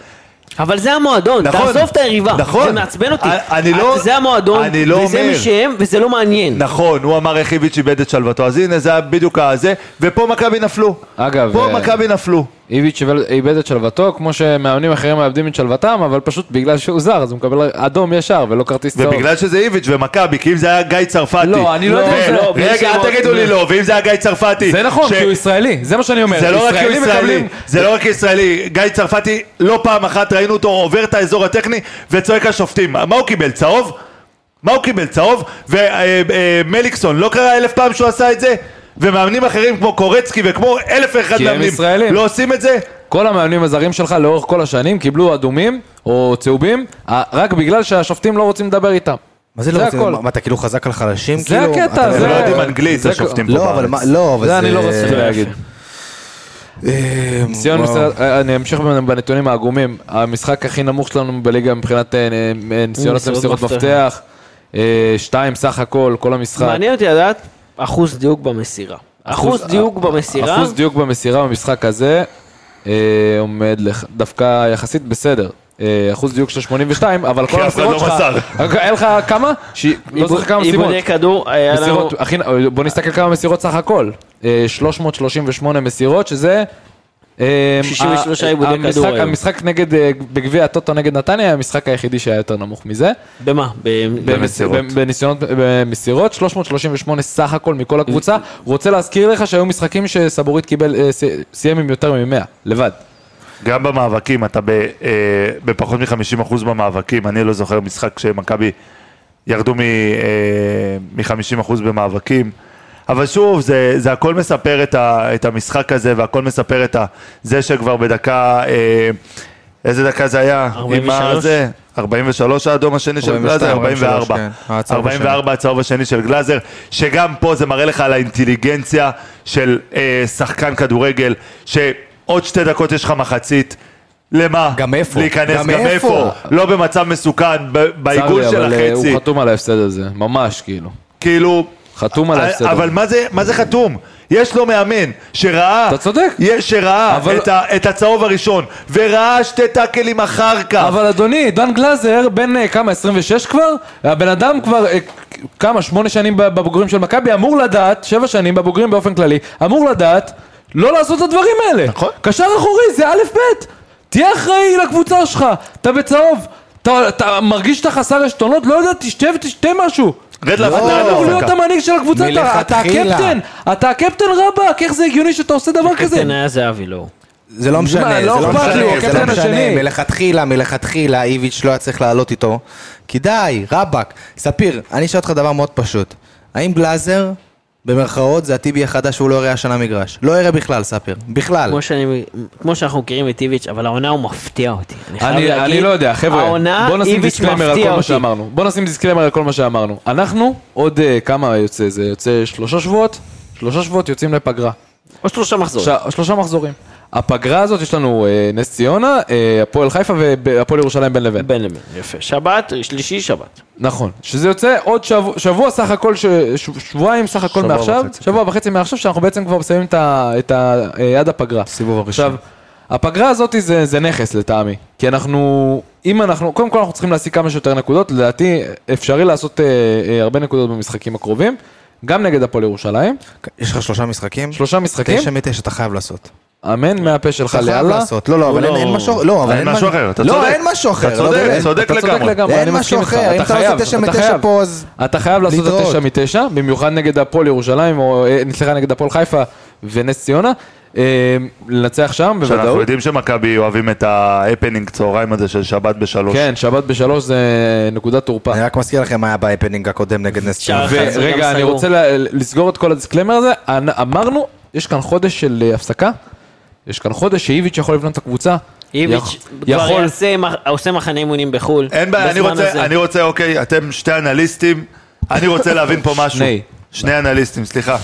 E: אבל זה המועדון,
G: נכון.
E: תעזוב את היריבה,
G: נכון.
E: זה מעצבן אותי,
G: אני- אני לא-
E: זה המועדון,
G: אני לא
E: וזה
G: אומר.
E: מי שהם, וזה לא מעניין,
G: נכון, הוא אמר איך איביץ' איבד את שלוותו, אז הנה, זה היה בדיוק הזה, ופה מכבי נפלו.
F: אגב,
G: פה
F: אה,
G: מכבי נפלו.
F: איביץ' איבד- איבד את שלוותו, כמו שמאמנים אחרים מאבדים את שלוותם, אבל פשוט בגלל שהוא זר, אז הוא מקבל אדום ישר ולא כרטיס צהוב.
G: ובגלל שזה איביץ' ומכבי, כי אם זה היה גיא צרפתי...
H: לא, אני לא יודע אם זה-
G: ו- רגע, אל תגידו לי לא, ואם זה היה גיא צרפתי...
H: זה נכון,
G: ש-
H: כי הוא ישראלי, זה מה שאני אומר.
G: זה לא רק
H: ישראלים
G: ישראלי,
H: מקבלים-
G: זה לא רק ישראלי, גיא צרפתי, לא פעם אחת ראינו אותו עובר את האזור הטכני וצועק לשופטים. מה הוא קיבל, צהוב? מה הוא קיבל, צהוב? ומליקסון, לא קרה אלף פעם שהוא עשה את זה? ומאמנים אחרים כמו קורצקי וכמו אלף ואחד
H: כי הם
G: מאמנים
H: ישראלים.
G: לא עושים את זה?
F: כל המאמנים הזרים שלך לאורך כל השנים קיבלו אדומים או צהובים, אה, רק בגלל שהשופטים לא רוצים לדבר איתם.
A: מה זה לא
F: זה
A: רוצים?
F: הכל.
A: מה, אתה כאילו חזק על חלשים?
F: זה
A: כאילו?
F: הקטע,
A: אתה-
G: הם
F: זה-
G: לא יודעים אנגלית,
F: זה-
G: השופטים פה
A: לא, אבל מה,
G: בארץ.
A: לא, אבל זה...
F: זה אני לא רציתי להגיד.
A: אה,
F: ציון
A: וואו.
F: משחק, אה, אני אמשיך בנתונים העגומים. המשחק הכי נמוך שלנו בליגה מבחינת אה, אה, ניסיונות
E: ניסיונות
F: למסירות
E: מפתח.
F: מפתח. אה, שתיים סך הכל, כל המשחק.
E: מעניין אותי לדעת אחוז דיוק במסירה. אחוז דיוק במסירה,
F: אחוז דיוק במסירה במשחק הזה אה, עומד לח- דווקא יחסית בסדר. אה, אחוז דיוק של 82, אבל כל
G: כי אף אחד לא
F: המסירות שלך...
G: מסר.
F: היה לך כמה? ש- לא זוכר כמה מסירות.
E: איבודי כדור, אה, היה לנו...
F: מסירות, הכי, בוא נסתכל כמה מסירות סך הכל. אה, 338 מסירות, שזה... אה,
E: 63
F: ה-
E: עיבודי
F: המשחק-
E: כדור היו.
F: המשחק נגד, אה, בגביע הטוטו נגד נתניה, היה המשחק היחידי שהיה יותר נמוך מזה.
E: במה? ב-
G: במסירות.
F: במס- בניסיונות, במסירות, 338 סך הכל מכל הקבוצה. רוצה להזכיר לך שהיו משחקים שסבורית קיבל, אה, ס- סיים עם יותר מ-100, לבד.
G: גם במאבקים, אתה ב, אה, בפחות מ-50% במאבקים, אני לא זוכר משחק שמכבי ירדו מ-50% במאבקים. אבל שוב, זה, זה הכל מספר את, ה, את המשחק הזה, והכל מספר את ה, זה שכבר בדקה, אה, איזה דקה זה היה?
E: 43?
G: עם הזה? 43 האדום השני של
A: 42,
G: גלאזר,
A: 43,
G: 44.
A: כן. הצהוב השני.
G: 44 הצהוב השני של גלאזר, שגם פה זה מראה לך על האינטליגנציה של אה, שחקן כדורגל, שעוד שתי דקות יש לך מחצית. למה?
A: גם איפה?
G: להיכנס,
A: גם
G: גם, איפה? לא במצב מסוכן, ב-
F: צר לי,
G: בעיגול של
F: אבל, אה,
G: החצי.
F: הוא חתום על ההפסד הזה, ממש כאילו.
G: כאילו...
F: חתום על
G: אה,
F: ההפסד
G: אבל
F: הזה.
G: מה זה, מה זה חתום? יש לו מאמן שראה...
F: אתה צודק.
G: יש- שראה
F: אבל-
G: את, ה, את הצהוב הראשון, וראה שתי טאקלים אחר כך.
F: אבל אדוני, דן גלאזר, בן אה, כמה, 26 כבר? הבן אדם כבר אה, כמה, שמונה שנים בב- בבוגרים של מכבי, אמור לדעת, שבע שנים בבוגרים באופן כללי, אמור לדעת לא לעשות את הדברים האלה.
G: נכון.
F: קשר אחורי, זה א' ב'. תהיה אחראי לקבוצה שלך, אתה בצהוב. אתה, אתה מרגיש שאתה חסר עשתונות? לא יודע, תשתה ותשתה משהו.
G: רד להפסקה.
F: אתה
G: רד
F: אמור להיות
G: להפסקה.
F: המנהיג של הקבוצה, אתה, אתה
A: מלכתחילה.
F: הקפטן, אתה הקפטן רבאק, איך זה הגיוני שאתה עושה דבר כזה?
E: קפטן היה זהבי, לא הוא.
A: זה לא משנה,
F: מה,
A: זה לא
F: לא אכפת
A: משנה,
F: לי, הוא
A: זה לא
F: הקפטן
A: משנה.
F: השני.
A: מלכתחילה, מלכתחילה, איביץ' לא היה צריך לעלות איתו. כי די, רבאק. ספיר, אני אשאל אותך דבר מאוד פשוט. האם גלאזר, במרכאות, זה הטיבי החדש שהוא לא יראה השנה מגרש? לא יראה בכלל, ספיר. בכלל.
E: כמו, שאני, כמו שאנחנו מכירים את איביץ', אבל העונה הוא מפתיע אותי. אני, חייב
F: אני,
E: להגיד,
F: אני לא יודע, חבר'ה,
E: העונה,
F: בוא נשים
E: איביץ'
F: דיסקליימר על
E: מפתיע
F: כל מה
E: אותי.
F: שאמרנו. בוא נשים דיסקליימר על כל מה שאמרנו. אנחנו, עוד אה, כמה יוצא זה? יוצא שלושה שבועות? שלושה שבועות יוצאים לפגרה.
E: או שלושה מחזורים.
F: ש- שלושה מחזורים. הפגרה הזאת, יש לנו אה, נס ציונה, אה, הפועל חיפה והפועל ירושלים בין לבין.
E: בין לבין, יפה. שבת, שלישי שבת.
F: נכון. שזה יוצא עוד שבוע, שבוע סך הכל, ש- ש- שבועיים סך הכל
G: שבוע
F: מעכשיו,
G: וחצי,
A: כן.
F: שבוע וחצי מעכשיו, שאנחנו בעצם כבר מסיימים את ה- את ה- אה, עד הפגרה.
A: סיבוב הראשון.
F: עכשיו, הפגרה הזאת זה, זה נכס לטעמי, כי אנחנו, אם אנחנו, קודם כל אנחנו צריכים להשיג כמה שיותר נקודות, לדעתי אפשרי לעשות אה, אה, הרבה נקודות במשחקים הקרובים, גם נגד הפועל ירושלים,
A: יש לך שלושה משחקים?
F: שלושה משחקים,
A: תשע מתשע, אתה חייב לעשות.
F: אמן מהפה שלך
A: אתה חייב
F: לאללה.
A: לעשות. לא, לא, אבל אין-
G: לא-
A: אין משהו... לא, אבל
G: אין משהו אחר, אתה
A: לא,
G: צודק.
A: אין משהו אחר.
G: אתה
A: לא,
G: צודק,
A: אבל-
F: אתה
G: צודק לגמרי.
A: אין
F: אה,
A: משהו
F: אני מסכים איתך,
A: אחר, אם אתה עושה
F: חייב,
A: תשע
F: אתה
A: מתשע
F: חייב.
A: פה, אז
F: אתה חייב לעשות את
A: להתראות.
F: התשע מתשע, במיוחד נגד הפועל ירושלים, או אה, סליחה, נגד הפועל חיפה ונס ציונה, אה, לנצח שם
G: שאנחנו
F: בוודאות.
G: יודעים שמכבי אוהבים את ההפנינג צהריים הזה של שבת בשלוש.
F: כן, שבת בשלוש זה נקודת תורפה.
A: אני רק מזכיר לכם מה היה בהפנינג הקודם נגד נס ציונה.
E: שער אחד זה גם
F: ורגע, אני
E: סגור.
F: רוצה ל- לסגור את כל הדיסקלמר הזה. אנ- אמרנו, יש כאן חודש של אה, הפסקה. יש כאן חודש שאיביץ' יכול לבנות את הקבוצה.
E: איביץ'
F: יכ-
E: כבר
F: יכול-
E: יעשה מח- עושה מחנה אימונים בחו"ל.
G: אין בעיה, אני
E: בזמן
G: רוצה,
E: הזה.
G: אני רוצה, אוקיי, אתם שתי אנליסטים, אני רוצה להבין פה משהו.
F: שני.
G: שני אנליסטים, סליחה.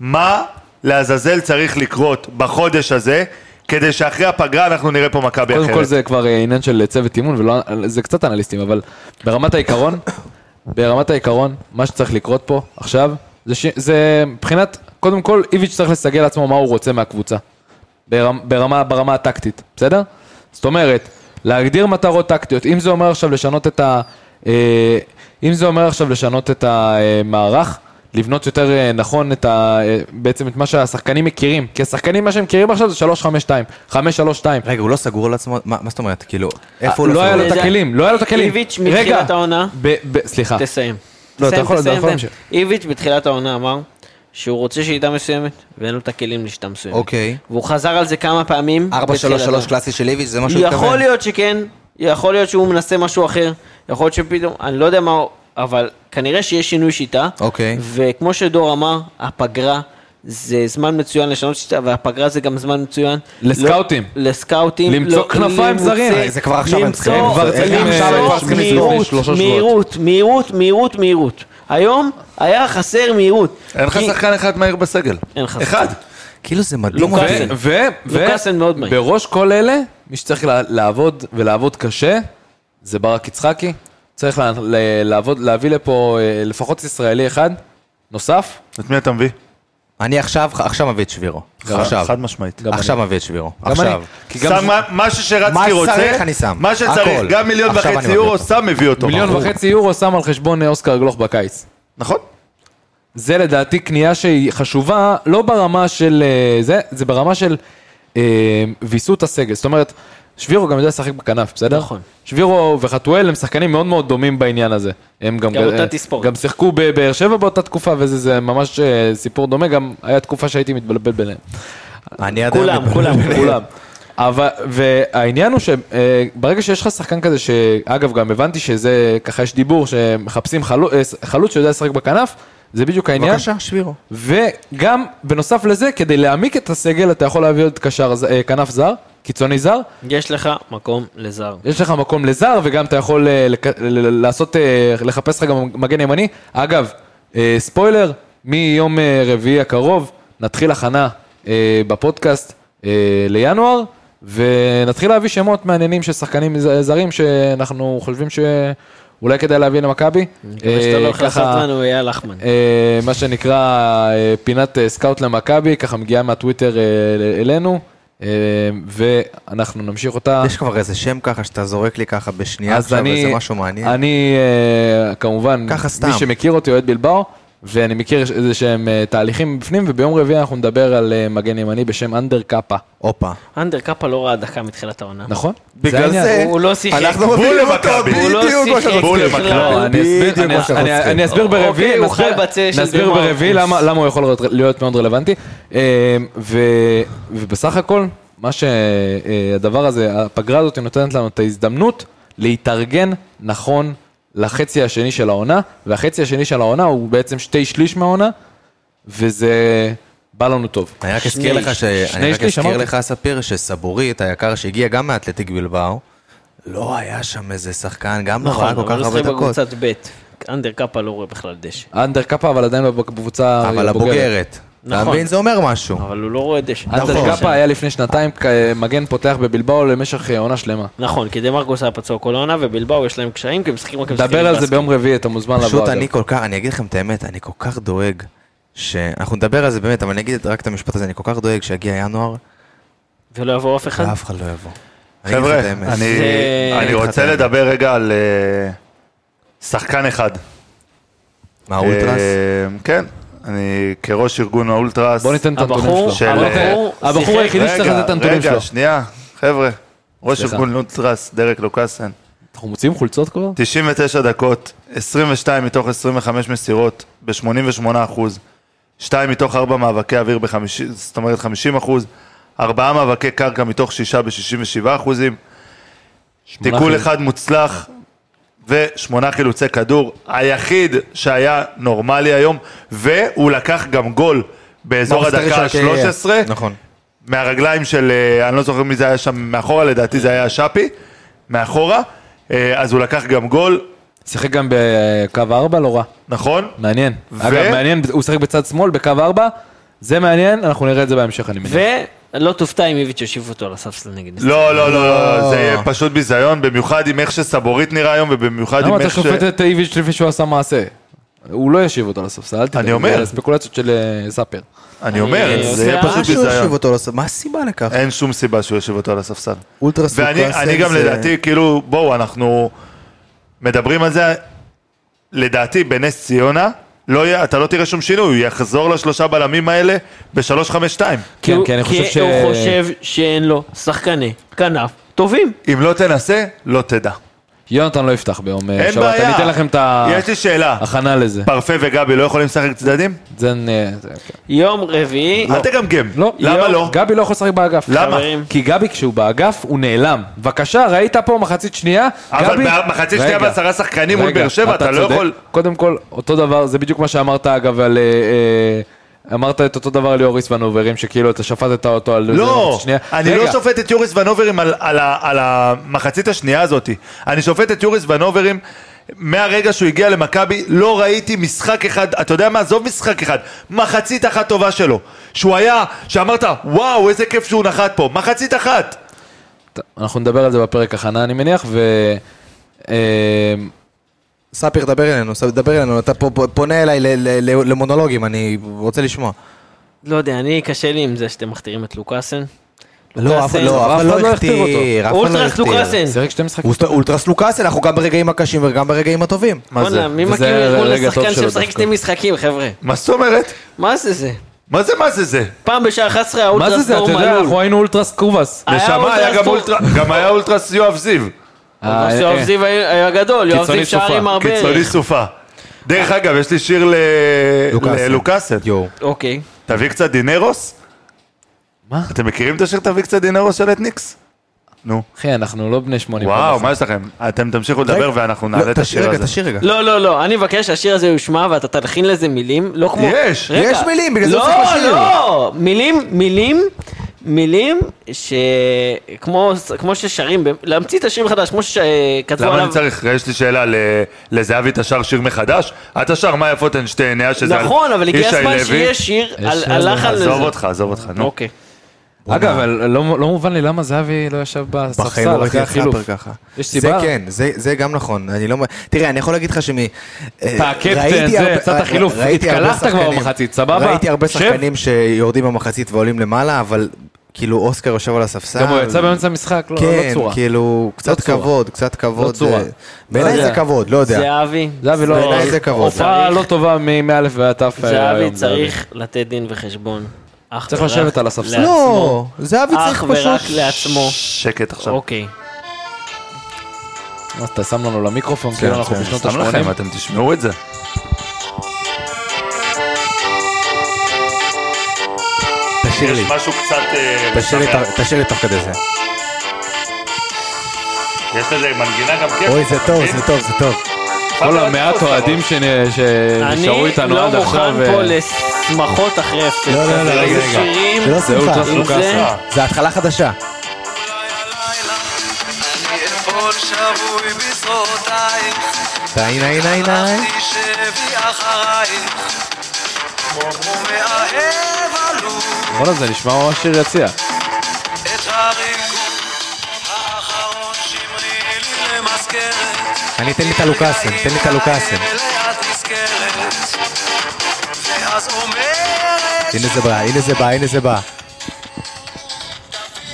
G: מה לעזאזל צריך לקרות בחודש הזה, כדי שאחרי הפגרה אנחנו נראה פה מכבי אחרת?
F: קודם כל זה כבר אה, עניין של צוות אימון, ולא- זה קצת אנליסטים, אבל ברמת העיקרון, ברמת העיקרון, מה שצריך לקרות פה עכשיו, זה ש- זה מבחינת, קודם כל, איביץ' צריך לסגל לעצמו מה הוא רוצה מהקבוצה. ברמ- ברמה, ברמה הטקטית, בסדר? זאת אומרת, להגדיר מטרות טקטיות. אם זה אומר עכשיו לשנות את ה... אה, אם זה אומר עכשיו לשנות את המערך, לבנות יותר אה, נכון את ה... אה, בעצם את מה שהשחקנים מכירים. כי השחקנים, מה שהם מכירים עכשיו זה 3-5-2, 5-3-2.
A: רגע, הוא לא סגור על עצמו? מה מה זאת אומרת? כאילו, איפה הוא לא
F: לא היה
A: סגור?
F: לו את
E: זה-
F: הכלים, לא היה לו את הכלים.
E: איביץ'
F: רגע,
E: מתחילת העונה.
F: ב- ב- סליחה.
E: תסיים.
F: לא, אתה
E: תסיים,
F: יכול- אתה
E: תסיים,
F: יכול
E: תסיים. איביץ' בתחילת העונה אמר שהוא רוצה שיטה מסוימת, ואין לו את הכלים לשיטה מסוימת.
A: אוקיי.
E: והוא חזר על זה כמה פעמים.
A: 4-3-3
E: בתחילת
A: קלאסי של איביץ', זה מה שהוא
E: העונה.
A: התכוון.
E: יכול להיות שכן, יכול להיות שהוא מנסה משהו אחר, יכול להיות שפתאום, אני לא יודע מה, אבל כנראה שיש שינוי שיטה.
A: אוקיי.
E: וכמו שדור אמר, הפגרה זה זמן מצוין לשנות שיטה, והפגרה זה גם זמן מצוין.
F: לסקאוטים.
E: לא- לסקאוטים.
F: למצוא
E: לא-
F: כנפיים
E: למוצא-
F: זרים.
A: זה כבר עכשיו הם צריכים.
E: למצוא-
A: כבר צריכים-
E: למצוא
A: עכשיו הם כבר
F: צריכים לסגור
E: מהירות,
F: לפני שלושה שבועות.
E: מהירות, מהירות, מהירות, מהירות. היום היה חסר מהירות.
G: אין לך
E: כי-
G: שחקן אחד מהיר בסגל.
E: אין לך
G: אחד.
A: כאילו זה מדהים.
E: לוקאסן.
A: אבל-
F: ו... ו...
E: לוקאסן מאוד מהיר.
F: בראש כל אלה, מי שצריך לה- לעבוד ולעבוד קשה, זה ברק יצחקי. צריך לה- ל- לעבוד, להביא לפה אה, לפחות ישראלי אחד נוסף.
G: את מי אתה מביא?
A: אני עכשיו, עכשיו מביא את שבירו. עכשיו.
G: חד משמעית.
F: גם
A: עכשיו מביא את שבירו.
F: גם
A: עכשיו.
F: אני. כי גם
G: שם מה- מה
A: מה
G: ששרצקי רוצה,
A: שצריך אני שם.
G: מה שצריך,
A: הכל.
G: גם מיליון
A: עכשיו אני
G: וחצי
A: מביא
G: יורו,
A: אותו.
G: סתם מביא אותו.
F: מיליון
G: ברור.
F: וחצי יורו שם על חשבון אה, אוסקר גלוך בקיץ.
G: נכון.
F: זה לדעתי קנייה שהיא חשובה, לא ברמה של אה, זה, זה ברמה של אה, ויסות הסגל. זאת אומרת, שבירו גם יודע לשחק בכנף, בסדר?
E: נכון.
F: שבירו וחתואל הם שחקנים מאוד מאוד דומים בעניין הזה. הם גם,
E: גם אותה
F: אה,
E: תספורת.
F: גם שיחקו בבאר שבע באותה תקופה, וזה זה ממש אה, סיפור דומה, גם היה תקופה שהייתי מתבלבל ביניהם.
A: אני עד היום...
E: כולם, כולם,
F: כולם. אבל, והעניין הוא שברגע שיש לך שחקן כזה, שאגב, גם הבנתי שזה, ככה יש דיבור, שמחפשים חלו- אה, חלוץ שיודע לשחק בכנף, זה בדיוק העניין.
A: בבקשה, שבירו.
F: וגם, בנוסף לזה, כדי להעמיק את הסגל, אתה יכול להביא עוד קשר, ז- אה, כנף זר, קיצוני זר,
E: יש לך מקום לזר.
F: יש לך מקום לזר, וגם אתה יכול אה, לק- ל- ל- לעשות, אה, לחפש לך גם מגן ימני. אגב, אה, ספוילר, מיום אה, רביעי הקרוב, נתחיל הכנה אה, בפודקאסט אה, לינואר, ונתחיל להביא שמות מעניינים של שחקנים ז- זרים, שאנחנו חושבים שאולי כדאי להביא למכבי.
E: מקווה שאתה לא
F: אה,
E: הולך לעשות
F: ככה-
E: לנו אייל לחמן.
F: אה, מה שנקרא אה, פינת אה, סקאוט למכבי, ככה מגיעה מהטוויטר אה, ל- אלינו, אה, ואנחנו נמשיך אותה.
A: אה. יש כבר איזה שם ככה שאתה זורק לי ככה בשנייה עכשיו, איזה משהו מעניין.
F: אני אה, כמובן,
A: ככה סתם.
F: מי שמכיר אותי אוהד בלבאו, ואני מכיר איזה שהם אה, תהליכים בפנים, וביום רביעי אנחנו נדבר על אה, מגן ימני בשם אנדר קאפה,
A: הופה.
E: אנדר קאפה לא ראה דקה מתחילת העונה.
F: נכון?
A: בגלל
F: העניין.
A: זה,
E: הוא לא שיחק.
A: אנחנו
G: בול
A: מביאים אותו
G: למכבי.
E: הוא לא
A: בדיוק כמו
E: שיחק.
A: שאנחנו
G: בול
A: צריכים.
G: למכבי.
E: בכלל.
F: לא, אני אסביר-
A: בדיוק
F: אני-
A: מה שאנחנו
F: אני-
A: צריכים.
F: אני אסביר
E: אוקיי,
F: ברביעי,
E: הוא חי
F: נסביר-
E: בצל של
F: נסביר
E: דמעות.
F: ברביעי למה למה הוא יכול להיות- להיות מאוד רלוונטי. אה, ו- ובסך הכל, מה שהדבר הזה, הפגרה הזאת נותנת לנו את ההזדמנות להתארגן נכון לחצי השני של העונה, והחצי השני של העונה הוא בעצם שתי שליש מהעונה, וזה בא לנו טוב.
A: אני רק אזכיר לך ש...
F: שני
A: אני רק
F: שליש,
A: אזכיר
F: אמרתי.
A: לך, ספיר, שסבורית היקר שהגיע גם מאתלטיק בלבאו, לא היה שם איזה שחקן, גם לא ראה
E: נכון,
A: כל
E: אבל
A: כך
E: הוא
A: הרבה
E: משחק
A: דקות.
E: בקבוצת ב'. אנדר קאפה לא רואה בכלל דשא.
F: אנדר קאפה אבל עדיין לא בקבוצה
A: אבל הבוגרת. אתה
E: נכון.
A: מבין? זה אומר משהו.
E: אבל הוא לא רואה דשא.
F: אנדר
A: נכון.
F: קאפה היה לפני שנתיים כ- מגן פותח בבלבאו למשך אה, עונה שלמה.
E: נכון, כי דה מרקוס היה פצוע כל העונה, ובלבאו יש להם קשיים, כי הם משחקים רק עם שחקנים
F: דבר על זה
E: בסקי.
F: ביום רביעי, אתה מוזמן לבוא.
A: פשוט
F: אגב.
A: אני כל כך, אני אגיד לכם את האמת, אני כל כך דואג, שאנחנו נדבר על זה באמת, אבל אני אגיד רק את המשפט הזה, אני כל כך דואג שיגיע ינואר,
E: ולא יבוא אף אחד.
A: ואף אחד לא יבוא. אני אגיד
G: חבר'ה,
A: לכם את האמת.
G: אני-
E: זה-
G: אני רוצה לדבר רגע על אה, שחקן אחד.
A: מה, אולטרס?
G: אה, כן, אני כראש ארגון האולטרס.
F: בוא ניתן את הנתונים
E: הבחור-
F: שלו.
G: של-
E: הבחור
F: הבחור
E: שיחק-
F: היחידי
G: רגע,
F: שצריך לתת את הנתונים שלו.
G: רגע, שנייה, חבר'ה. ראש
F: סליחה.
G: ארגון אולטרס, דרק לוקאסן.
F: אנחנו מוציאים חולצות כבר?
G: 99 דקות, 22 מתוך 25 מסירות, ב-88 אחוז, 2 מתוך 4 מאבקי אוויר ב-50, זאת אומרת 50 אחוז, 4 מאבקי קרקע מתוך 6 ב-67 אחוזים, תיקול
F: חילוצ-
G: אחד מוצלח ושמונה חילוצי כדור, היחיד שהיה נורמלי היום, והוא לקח גם גול באזור
A: מאוסטריה
G: הדקה
A: של-
G: ה-13,
A: נכון.
G: מהרגליים של, אה, אני לא זוכר מי זה היה שם מאחורה, לדעתי זה היה שפי, מאחורה, אה, אז הוא לקח גם גול.
F: שיחק גם בקו 4, לא רע.
G: נכון?
F: מעניין.
G: ו-
F: אגב, מעניין, הוא שיחק בצד שמאל, בקו 4. זה מעניין, אנחנו נראה את זה בהמשך, אני מניח.
E: ולא תופתע אם איביץ' יושיב אותו על הספסל נגד ניסן.
G: לא, לא, לא, לא, זה יהיה פשוט ביזיון, במיוחד עם איך שסבורית נראה היום, ובמיוחד
F: למה
G: עם
F: אתה
G: איך ש...
F: שופט את איביץ' לפני שהוא עשה מעשה? הוא לא ישיב אותו לספסל, אל תדאג.
G: אני אומר.
F: זה ספקולציות של אה, סאפר.
G: אני אומר,
E: אני
G: זה יהיה
E: עושה
G: פשוט
A: מה אה, שהוא יושיב
G: ביזיון.
A: אותו לס- מה הסיבה לכך?
G: אין שום סיבה שהוא יושיב אותו על הספסל.
A: אולטרס
G: ואני
A: לוקאסן
G: אני גם
A: זה-
G: לדעתי, כאילו, בואו, אנחנו מדברים על זה, לדעתי, בנס ציונה, לא יהיה, אתה לא תראה שום שינוי, הוא יחזור לשלושה בלמים האלה ב-3-5-2.
E: כי
F: כן,
E: הוא-
F: כי אני חושב ש-
E: כי הוא חושב שאין לו שחקני כנף טובים.
G: אם לא תנסה, לא תדע.
F: יונתן לא יפתח ביום אה,
G: אין
F: שבת,
G: בעיה.
F: אני אתן לכם את
G: יש לי שאלה,
F: ההכנה לזה.
G: פרפה וגבי לא יכולים לשחק צדדים?
F: זה נ- זה- כן.
E: יום רביעי,
G: אל תגמגם.
F: לא.
G: למה לא?
F: גבי לא יכול לשחק באגף.
G: למה?
E: חברים,
F: כי גבי כשהוא באגף הוא נעלם. בבקשה, ראית פה מחצית שנייה?
G: אבל
F: גבי-
G: במחצית שנייה
F: רגע,
G: בעשרה שחקנים מול
F: רגע,
G: באר שבע, אתה לא
F: צודק.
G: יכול...
F: קודם כל, אותו דבר, זה בדיוק מה שאמרת אגב על... אה, אה, אמרת את אותו דבר על יוריס ונוברים, שכאילו אתה שפטת אותו על... זה
G: לא,
F: במחצית שנייה.
G: אני
F: רגע,
G: לא שופט את יוריס ונוברים על, על, ה- על המחצית השנייה הזאת. אני שופט את יוריס ונוברים מהרגע שהוא הגיע למכבי, לא ראיתי משחק אחד, אתה יודע מה, עזוב משחק אחד, מחצית אחת טובה שלו. שהוא היה, שאמרת, וואו, איזה כיף שהוא נחת פה, מחצית אחת.
F: ת- אנחנו נדבר על זה בפרק הכנה, אני מניח, ו... אה,
A: ספיר, דבר אלינו, ספיר, דבר אלינו, אתה פה פה- פונה אליי ל- ל- ל- למונולוגים, אני רוצה לשמוע.
E: לא יודע, אני קשה לי עם זה שאתם מכתירים את לוקאסן.
A: לא, אף לא, אף אחד לא הכתיר, אף אחד לא
E: אולטרס
A: הכתיר.
E: לוקאסן.
F: שיחק שתי משחקים.
A: אולט- אולטרס לוקאסן, אנחנו גם ברגעים הקשים וגם ברגעים הטובים.
E: בואנה, מי
F: וזה
E: מכיר ארגון
F: רגע טוב
E: לשחקן
F: שלו
E: שמשחק
F: דווקא.
E: שני משחקים, חבר'ה?
G: מה זאת אומרת?
E: מה זה זה?
G: מה זה מה זה זה?
E: פעם בשעה 11
F: מה זה
E: האולטרס
F: זה?
E: דור
F: אתה
E: מלול.
F: יודע, נכון. אנחנו היינו אולטרס קובאס.
E: היה
G: נשמה, היה
E: אולטרס
G: גם
E: דור-
G: אולטרס, גם היה אולטרס יואב זיו,
E: אבל
F: אה,
E: יואב
F: אה,
E: זיו היה היה גדול, יואב
F: קיצוני
E: זיו שער
F: סופה,
E: עם הרבה
G: קיצוני
E: ערך.
G: סופה. דרך אגב, יש לי שיר ל-
A: לוקאסן.
G: ללוקאסן.
A: יואו.
E: אוקיי.
G: תביא קצת דינרוס?
F: מה?
G: אתם מכירים את השיר תביא קצת דינרוס של אתניקס? נו.
F: אחי, אנחנו לא בני 80.
G: וואו, מה יש לכם? אתם תמשיכו לדבר ואנחנו נעלה
A: לא,
G: את
A: תשאיר
G: השיר
A: רגע,
G: הזה.
A: תשאיר רגע.
E: לא, לא, לא, אני מבקש שהשיר הזה יושמע ואתה תלחין לזה מילים, לא כמו...
G: יש,
E: רגע.
A: יש מילים, בגלל זה
E: לא,
A: צריך לשיר.
E: לא, מילים, מילים, מילים ש... כמו, כמו ששרים, ב- להמציא את השיר מחדש, כמו שכתבו
G: למה
E: עליו...
G: אני צריך? יש לי שאלה ל- לזהבי, אתה שר שיר מחדש? אתה שר מאיה פוטנשטיין, היה שזה... על
E: נכון, אבל הגיע
G: ישי
E: הזמן
G: לוי.
E: שיהיה שיר על
F: שיר
E: על לחן לזה.
G: עזוב אותך, עזוב אותך, נו.
E: אוקיי.
F: אגב, אבל לא לא מובן לי למה זהבי לא ישב
A: בחיים לא
F: בספסל
A: ראיתי
F: אחרי
A: את
F: החילוף.
A: חאפר ככה.
F: יש סיבה?
A: זה כן, זה- זה גם נכון. אני לא... מ- תראה, אני יכול להגיד לך אה, שמ... אתה
F: הקפטן, זה,
A: אה,
F: יצאת חילוף. התקלחת כבר במחצית, סבבה?
A: ראיתי הרבה
F: שב.
A: שחקנים שיורדים במחצית ועולים למעלה, אבל כאילו אוסקר יושב על הספסל.
F: גם הוא יצא באמצע המשחק, לא לא
A: כן,
F: צורה.
A: כאילו, קצת
F: צורה.
A: כבוד, קצת כבוד.
F: צורה.
A: זה- בעיניי
E: לא
A: זה
E: יודע.
A: כבוד, לא יודע.
E: זהבי,
F: זהבי לא...
A: בעיניי זה כבוד.
F: הופעה
E: צריך-
F: לא טובה מ- מא' ועד ת'.
E: זהבי
F: היום,
E: צריך לתת דין וחשבון. אך
F: צריך
E: ורק
F: לשבת על הספסל.
E: לעצמו.
A: לא, זהבי צריך
E: אך ורק
A: פשוט...
E: לעצמו.
G: שקט עכשיו.
E: אוקיי.
F: זהבי. מה, אתה שם לנו למיקרופון, כאילו אנחנו
A: כן,
F: בשנות
G: סתם לכם,
F: ה-80.
G: אתם תשמעו את זה.
A: תשאיר לי,
G: יש משהו קצת... אה,
A: תשאיר לי
G: משמח.
A: תוך- תשאיר לי תוך כדי זה.
G: יש לזה מנגינה גם כיף. אה, לא
A: אוי, זה טוב, זה טוב, זה טוב.
F: כל המעט אוהדים שנ- שנשארו
E: אני
F: איתנו
E: לא
F: עד עכשיו. אה,
E: מוכן
F: ו-
E: פה לשמחות אחרי הפסד.
A: לא, לא, לא,
E: כזה.
A: רגע,
E: איזה
A: רגע.
E: שירים.
A: זה לא
F: זה
A: שמחה,
F: אולטרס
E: אם
F: לוקאסה.
E: זה-
A: זה התחלה חדשה.
D: אתמול שבוי בזרועותיי,
A: הנה, הנה, הנה.
D: הלכתי שבי אחריי, כמו מאהב עלו
F: בואנה, זה נשמע ממש שיר יציע.
D: את הריקוד האחרון שמרי לי למזכרת.
A: אני אתן לי את הלוקאסן, תן לי את הלוקאסן. הנה זה בא, הנה זה בא, הנה זה בא.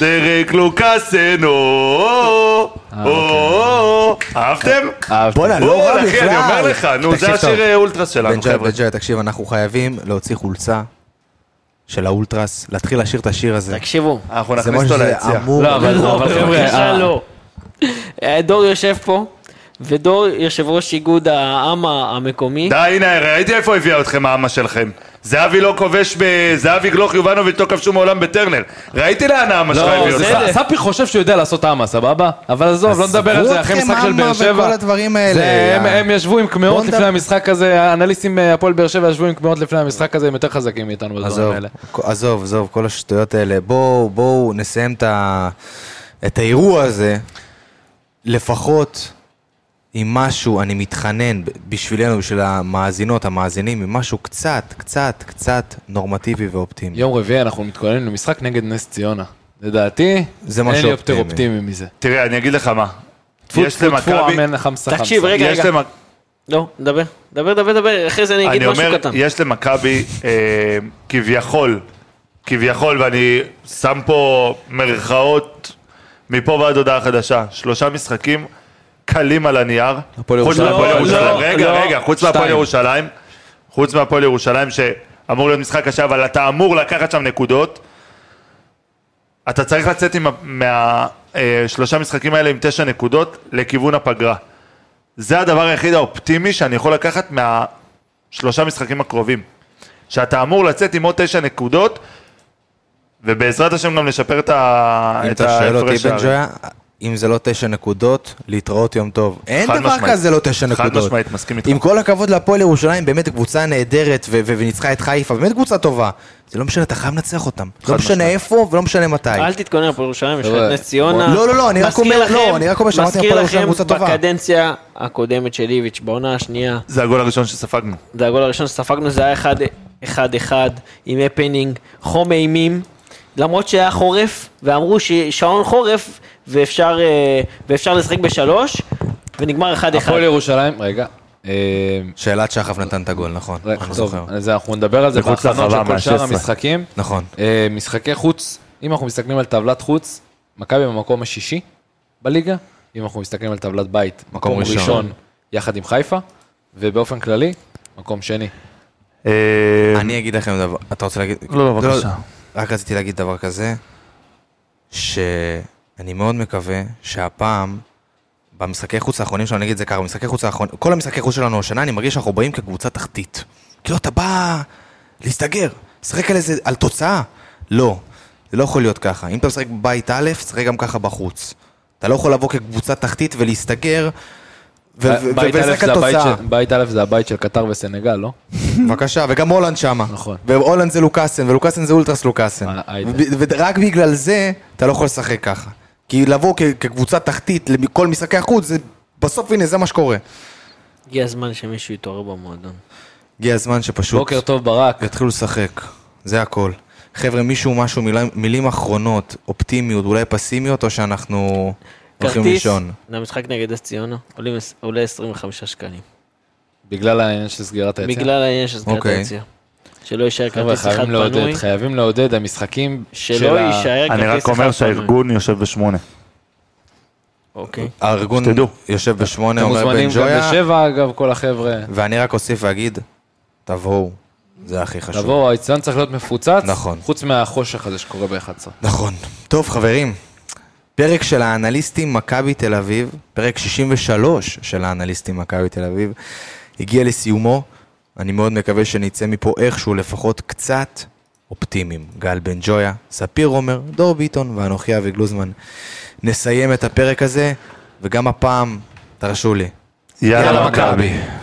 G: דרק לוקאסן, או, או, או, או, אהבתם?
F: אהבתי.
A: בואנה, אה, אוקיי. לא
G: או,
A: רע
G: אחי,
A: בכלל.
G: אני אומר לך, נו,
A: תקשיב
G: זה
A: טוב.
G: השיר אה, אולטרס
A: בן
G: שלנו,
A: ג'וי,
G: חבר'ה.
A: בן ג'וי, תקשיב, אנחנו חייבים להוציא חולצה של האולטרס, להתחיל לשיר את השיר הזה.
E: תקשיבו.
G: אנחנו
A: זה
G: נכניס
A: משהו
G: אותו
A: שזה
G: ליציאה.
A: אמור...
F: לא, אבל-
E: לא,
F: חבר'ה,
E: בבקשה
F: אה.
E: לא. אה, דור יושב פה, ודור יושב ראש איגוד העם המקומי.
G: די, הנה, ראיתי איפה הביאה אתכם האמה שלכם. זהבי לא כובש ב... זהבי גלוך יובנוביץ' לא כבשו מעולם בטרנר. ראיתי לאן האמה שלך הביא
F: לא,
G: אותך.
F: זה-
E: בסדר.
F: ספיר חושב שהוא יודע לעשות אמה, סבבה? אבל עזוב, לא נדבר על זה, אחרי משחק של באר
A: עזבו אתכם אמה
F: שבע.
A: וכל הדברים האלה.
F: זה, הם,
A: יא.
F: הם ישבו עם
A: בוא
F: קמעות
A: נדבר-
F: לפני המשחק הזה, האנליסטים מהפועל באר שבע ישבו עם קמעות לפני המשחק הזה, הם יותר חזקים מאיתנו בדברים
A: עזוב,
F: האלה.
A: עזוב, עזוב, כל השטויות האלה. בואו, בואו נסיים את ה- את האירוע הזה, לפחות עם משהו, אני מתחנן ב- בשבילנו, בשביל המאזינות, המאזינים, עם משהו קצת, קצת, קצת נורמטיבי ואופטימי.
F: יום רביעי אנחנו מתכוננים למשחק נגד נס ציונה. לדעתי,
A: זה משהו
F: אין לי יותר
A: אופטימי.
F: אופטימי מזה.
G: תראה, אני אגיד לך מה.
F: טפו
G: יש
F: טפו טפו,
G: למכבי...
F: אמן חמסה חמסה.
E: תקשיב, רגע,
G: יש
E: רגע.
G: למכ-
E: לא, דבר. דבר, דבר, דבר, אחרי זה אני אגיד
G: אני
E: משהו
G: אומר,
E: קטן.
G: יש למכבי אה, כביכול, כביכול, ואני שם פה מירכאות מפה ועד הודעה חדשה, שלושה משחקים קלים על הנייר.
F: הפועל
G: חוץ
F: ירושלים.
G: מהפועל
F: לא,
G: ירושלים.
E: לא,
G: רגע,
E: לא.
G: רגע, חוץ מהפועל
F: שתיים.
G: ירושלים. חוץ מהפועל ירושלים, שאמור להיות משחק קשה, אבל אתה אמור לקחת שם נקודות. אתה צריך לצאת עם מהשלושה משחקים האלה עם תשע נקודות לכיוון הפגרה. זה הדבר היחיד האופטימי שאני יכול לקחת מהשלושה משחקים הקרובים. שאתה אמור לצאת עם עוד תשע נקודות, ובעזרת השם גם לשפר את ה-
A: אם
G: את
A: אתה שואל אותי,
G: ההפרש
A: בן
G: שערים.
A: ג'ויה, אם זה לא תשע נקודות, להתראות יום טוב. אין
G: חד
A: דבר
G: משמעית.
A: כזה לא תשע
G: חד
A: נקודות.
G: משמעית, מסכים איתך.
A: עם כל הכבוד להפועל ירושלים, באמת קבוצה נהדרת, ו- ו- וניצחה את חיפה, באמת קבוצה טובה. זה לא משנה, אתה חייב לנצח אותם. לא משנה
G: משמעית.
A: איפה ולא משנה מתי.
E: אל תתכונן הפועל ירושלים, יש לך
F: חבר'ה,
E: את נס ציונה.
A: לא, לא, לא, אני רק
E: מזכיר
A: אומר- לא,
E: לכם-
A: אני רק אומר שאמרתי הפועל ירושלים קבוצה טובה.
E: מזכיר לכם בקדנציה הקודמת של איביץ', בעונה השנייה,
G: זה הגול הראשון שספגנו.
E: זה הגול הראשון שספגנו, זה היה 1-1 עם הפנינג, חום אימים, למרות שהיה חורף, ואמרו ששעון חורף, ואפשר, אה, ואפשר לשחק בשלוש, ונגמר 1-1.
F: הפועל ירושלים, רגע. אה,
A: שאלת שחף נתן את הגול, נכון.
F: רגע,
A: אני
F: טוב,
A: זוכר.
F: אז אנחנו נדבר על זה
G: מחוץ
F: בהכנות של
G: לחווה,
F: כל שאר
G: מה- 16.
F: המשחקים.
A: נכון.
F: אה, משחקי חוץ, אם אנחנו מסתכלים על טבלת חוץ, מכבי במקום השישי בליגה, אם אנחנו מסתכלים על טבלת בית, מקום
A: ראשון.
F: ראשון יחד עם חיפה, ובאופן כללי, מקום שני.
G: אה,
A: אני אגיד לכם דבר, אתה רוצה להגיד?
G: לא, בבקשה.
A: רק רציתי להגיד דבר כזה, שאני מאוד מקווה שהפעם, במשחקי חוץ האחרונים שלנו, אני אגיד את זה ככה, במשחקי חוץ האחרונים, כל המשחקי חוץ שלנו השנה, אני מרגיש שאנחנו באים כקבוצה תחתית. כאילו, אתה בא להסתגר, לשחק על איזה, על תוצאה. לא, זה לא יכול להיות ככה. אם אתה משחק בבית א', תשחק גם ככה בחוץ. אתה לא יכול לבוא כקבוצה תחתית ולהסתגר. ו- ו- ו-
F: בית א'
A: ולשחק על
F: זה הבית
A: תוצאה.
F: של- בית א' זה הבית של קטר וסנגל, לא?
A: בבקשה, וגם הולנד שמה.
F: נכון.
A: והולנד זה לוקאסן, ולוקאסן זה אולטרס לוקאסן.
F: אה, היידה.
A: וב- ורק בגלל זה אתה לא יכול לשחק ככה. כי לבוא כ- כקבוצה תחתית לכל משחקי החוץ, זה בסוף הנה זה מה שקורה.
E: הגיע הזמן שמישהו יתעורר במועדון.
A: הגיע הזמן שפשוט
F: בוקר טוב ברק.
A: יתחילו לשחק, זה הכל. חבר'ה, מישהו, משהו, מילים, מילים אחרונות, אופטימיות, אולי פסימיות, או שאנחנו הולכים
E: כרטיס
A: לישון.
E: למשחק נגד נס ציונה עולים- עולה 25 שקלים.
F: בגלל העניין של סגירת היציאה.
E: בגלל העניין של סגירת
A: אוקיי.
E: היציאה. שלא יישאר
F: חבר'ה,
E: כרטיס אחד
F: חייבים לעודד,
E: פנוי.
F: חייבים לעודד, המשחקים של
E: שלא
F: ה-
E: יישאר
G: אני רק
E: כרטיס אחד פנוי.
G: אומר שהארגון יושב בשמונה.
E: אוקיי.
A: הארגון
G: שתדעו.
A: יושב בשמונה,
F: אתם
A: אומר בן
F: מוזמנים גם
A: ג'ויה,
F: לשבע, אגב, כל החבר'ה.
A: ואני רק אוסיף ואגיד, תבואו, זה הכי חשוב.
F: תבואו, האצטדיון צריך להיות מפוצץ.
A: נכון.
F: חוץ מהחושך הזה שקורה ב-11.
A: נכון. טוב, חברים, פרק של האנליסטים מכבי תל אביב, פרק 63 של האנליסטים מכבי תל אביב, הגיע לסיומו. אני מאוד מקווה שנצא מפה איכשהו לפחות קצת אופטימיים. גל בן ג'ויה, ספיר עומר, דור ביטון ואנוכי אבי גלוזמן. נסיים את הפרק הזה, וגם הפעם, תרשו לי.
G: יאללה מכבי.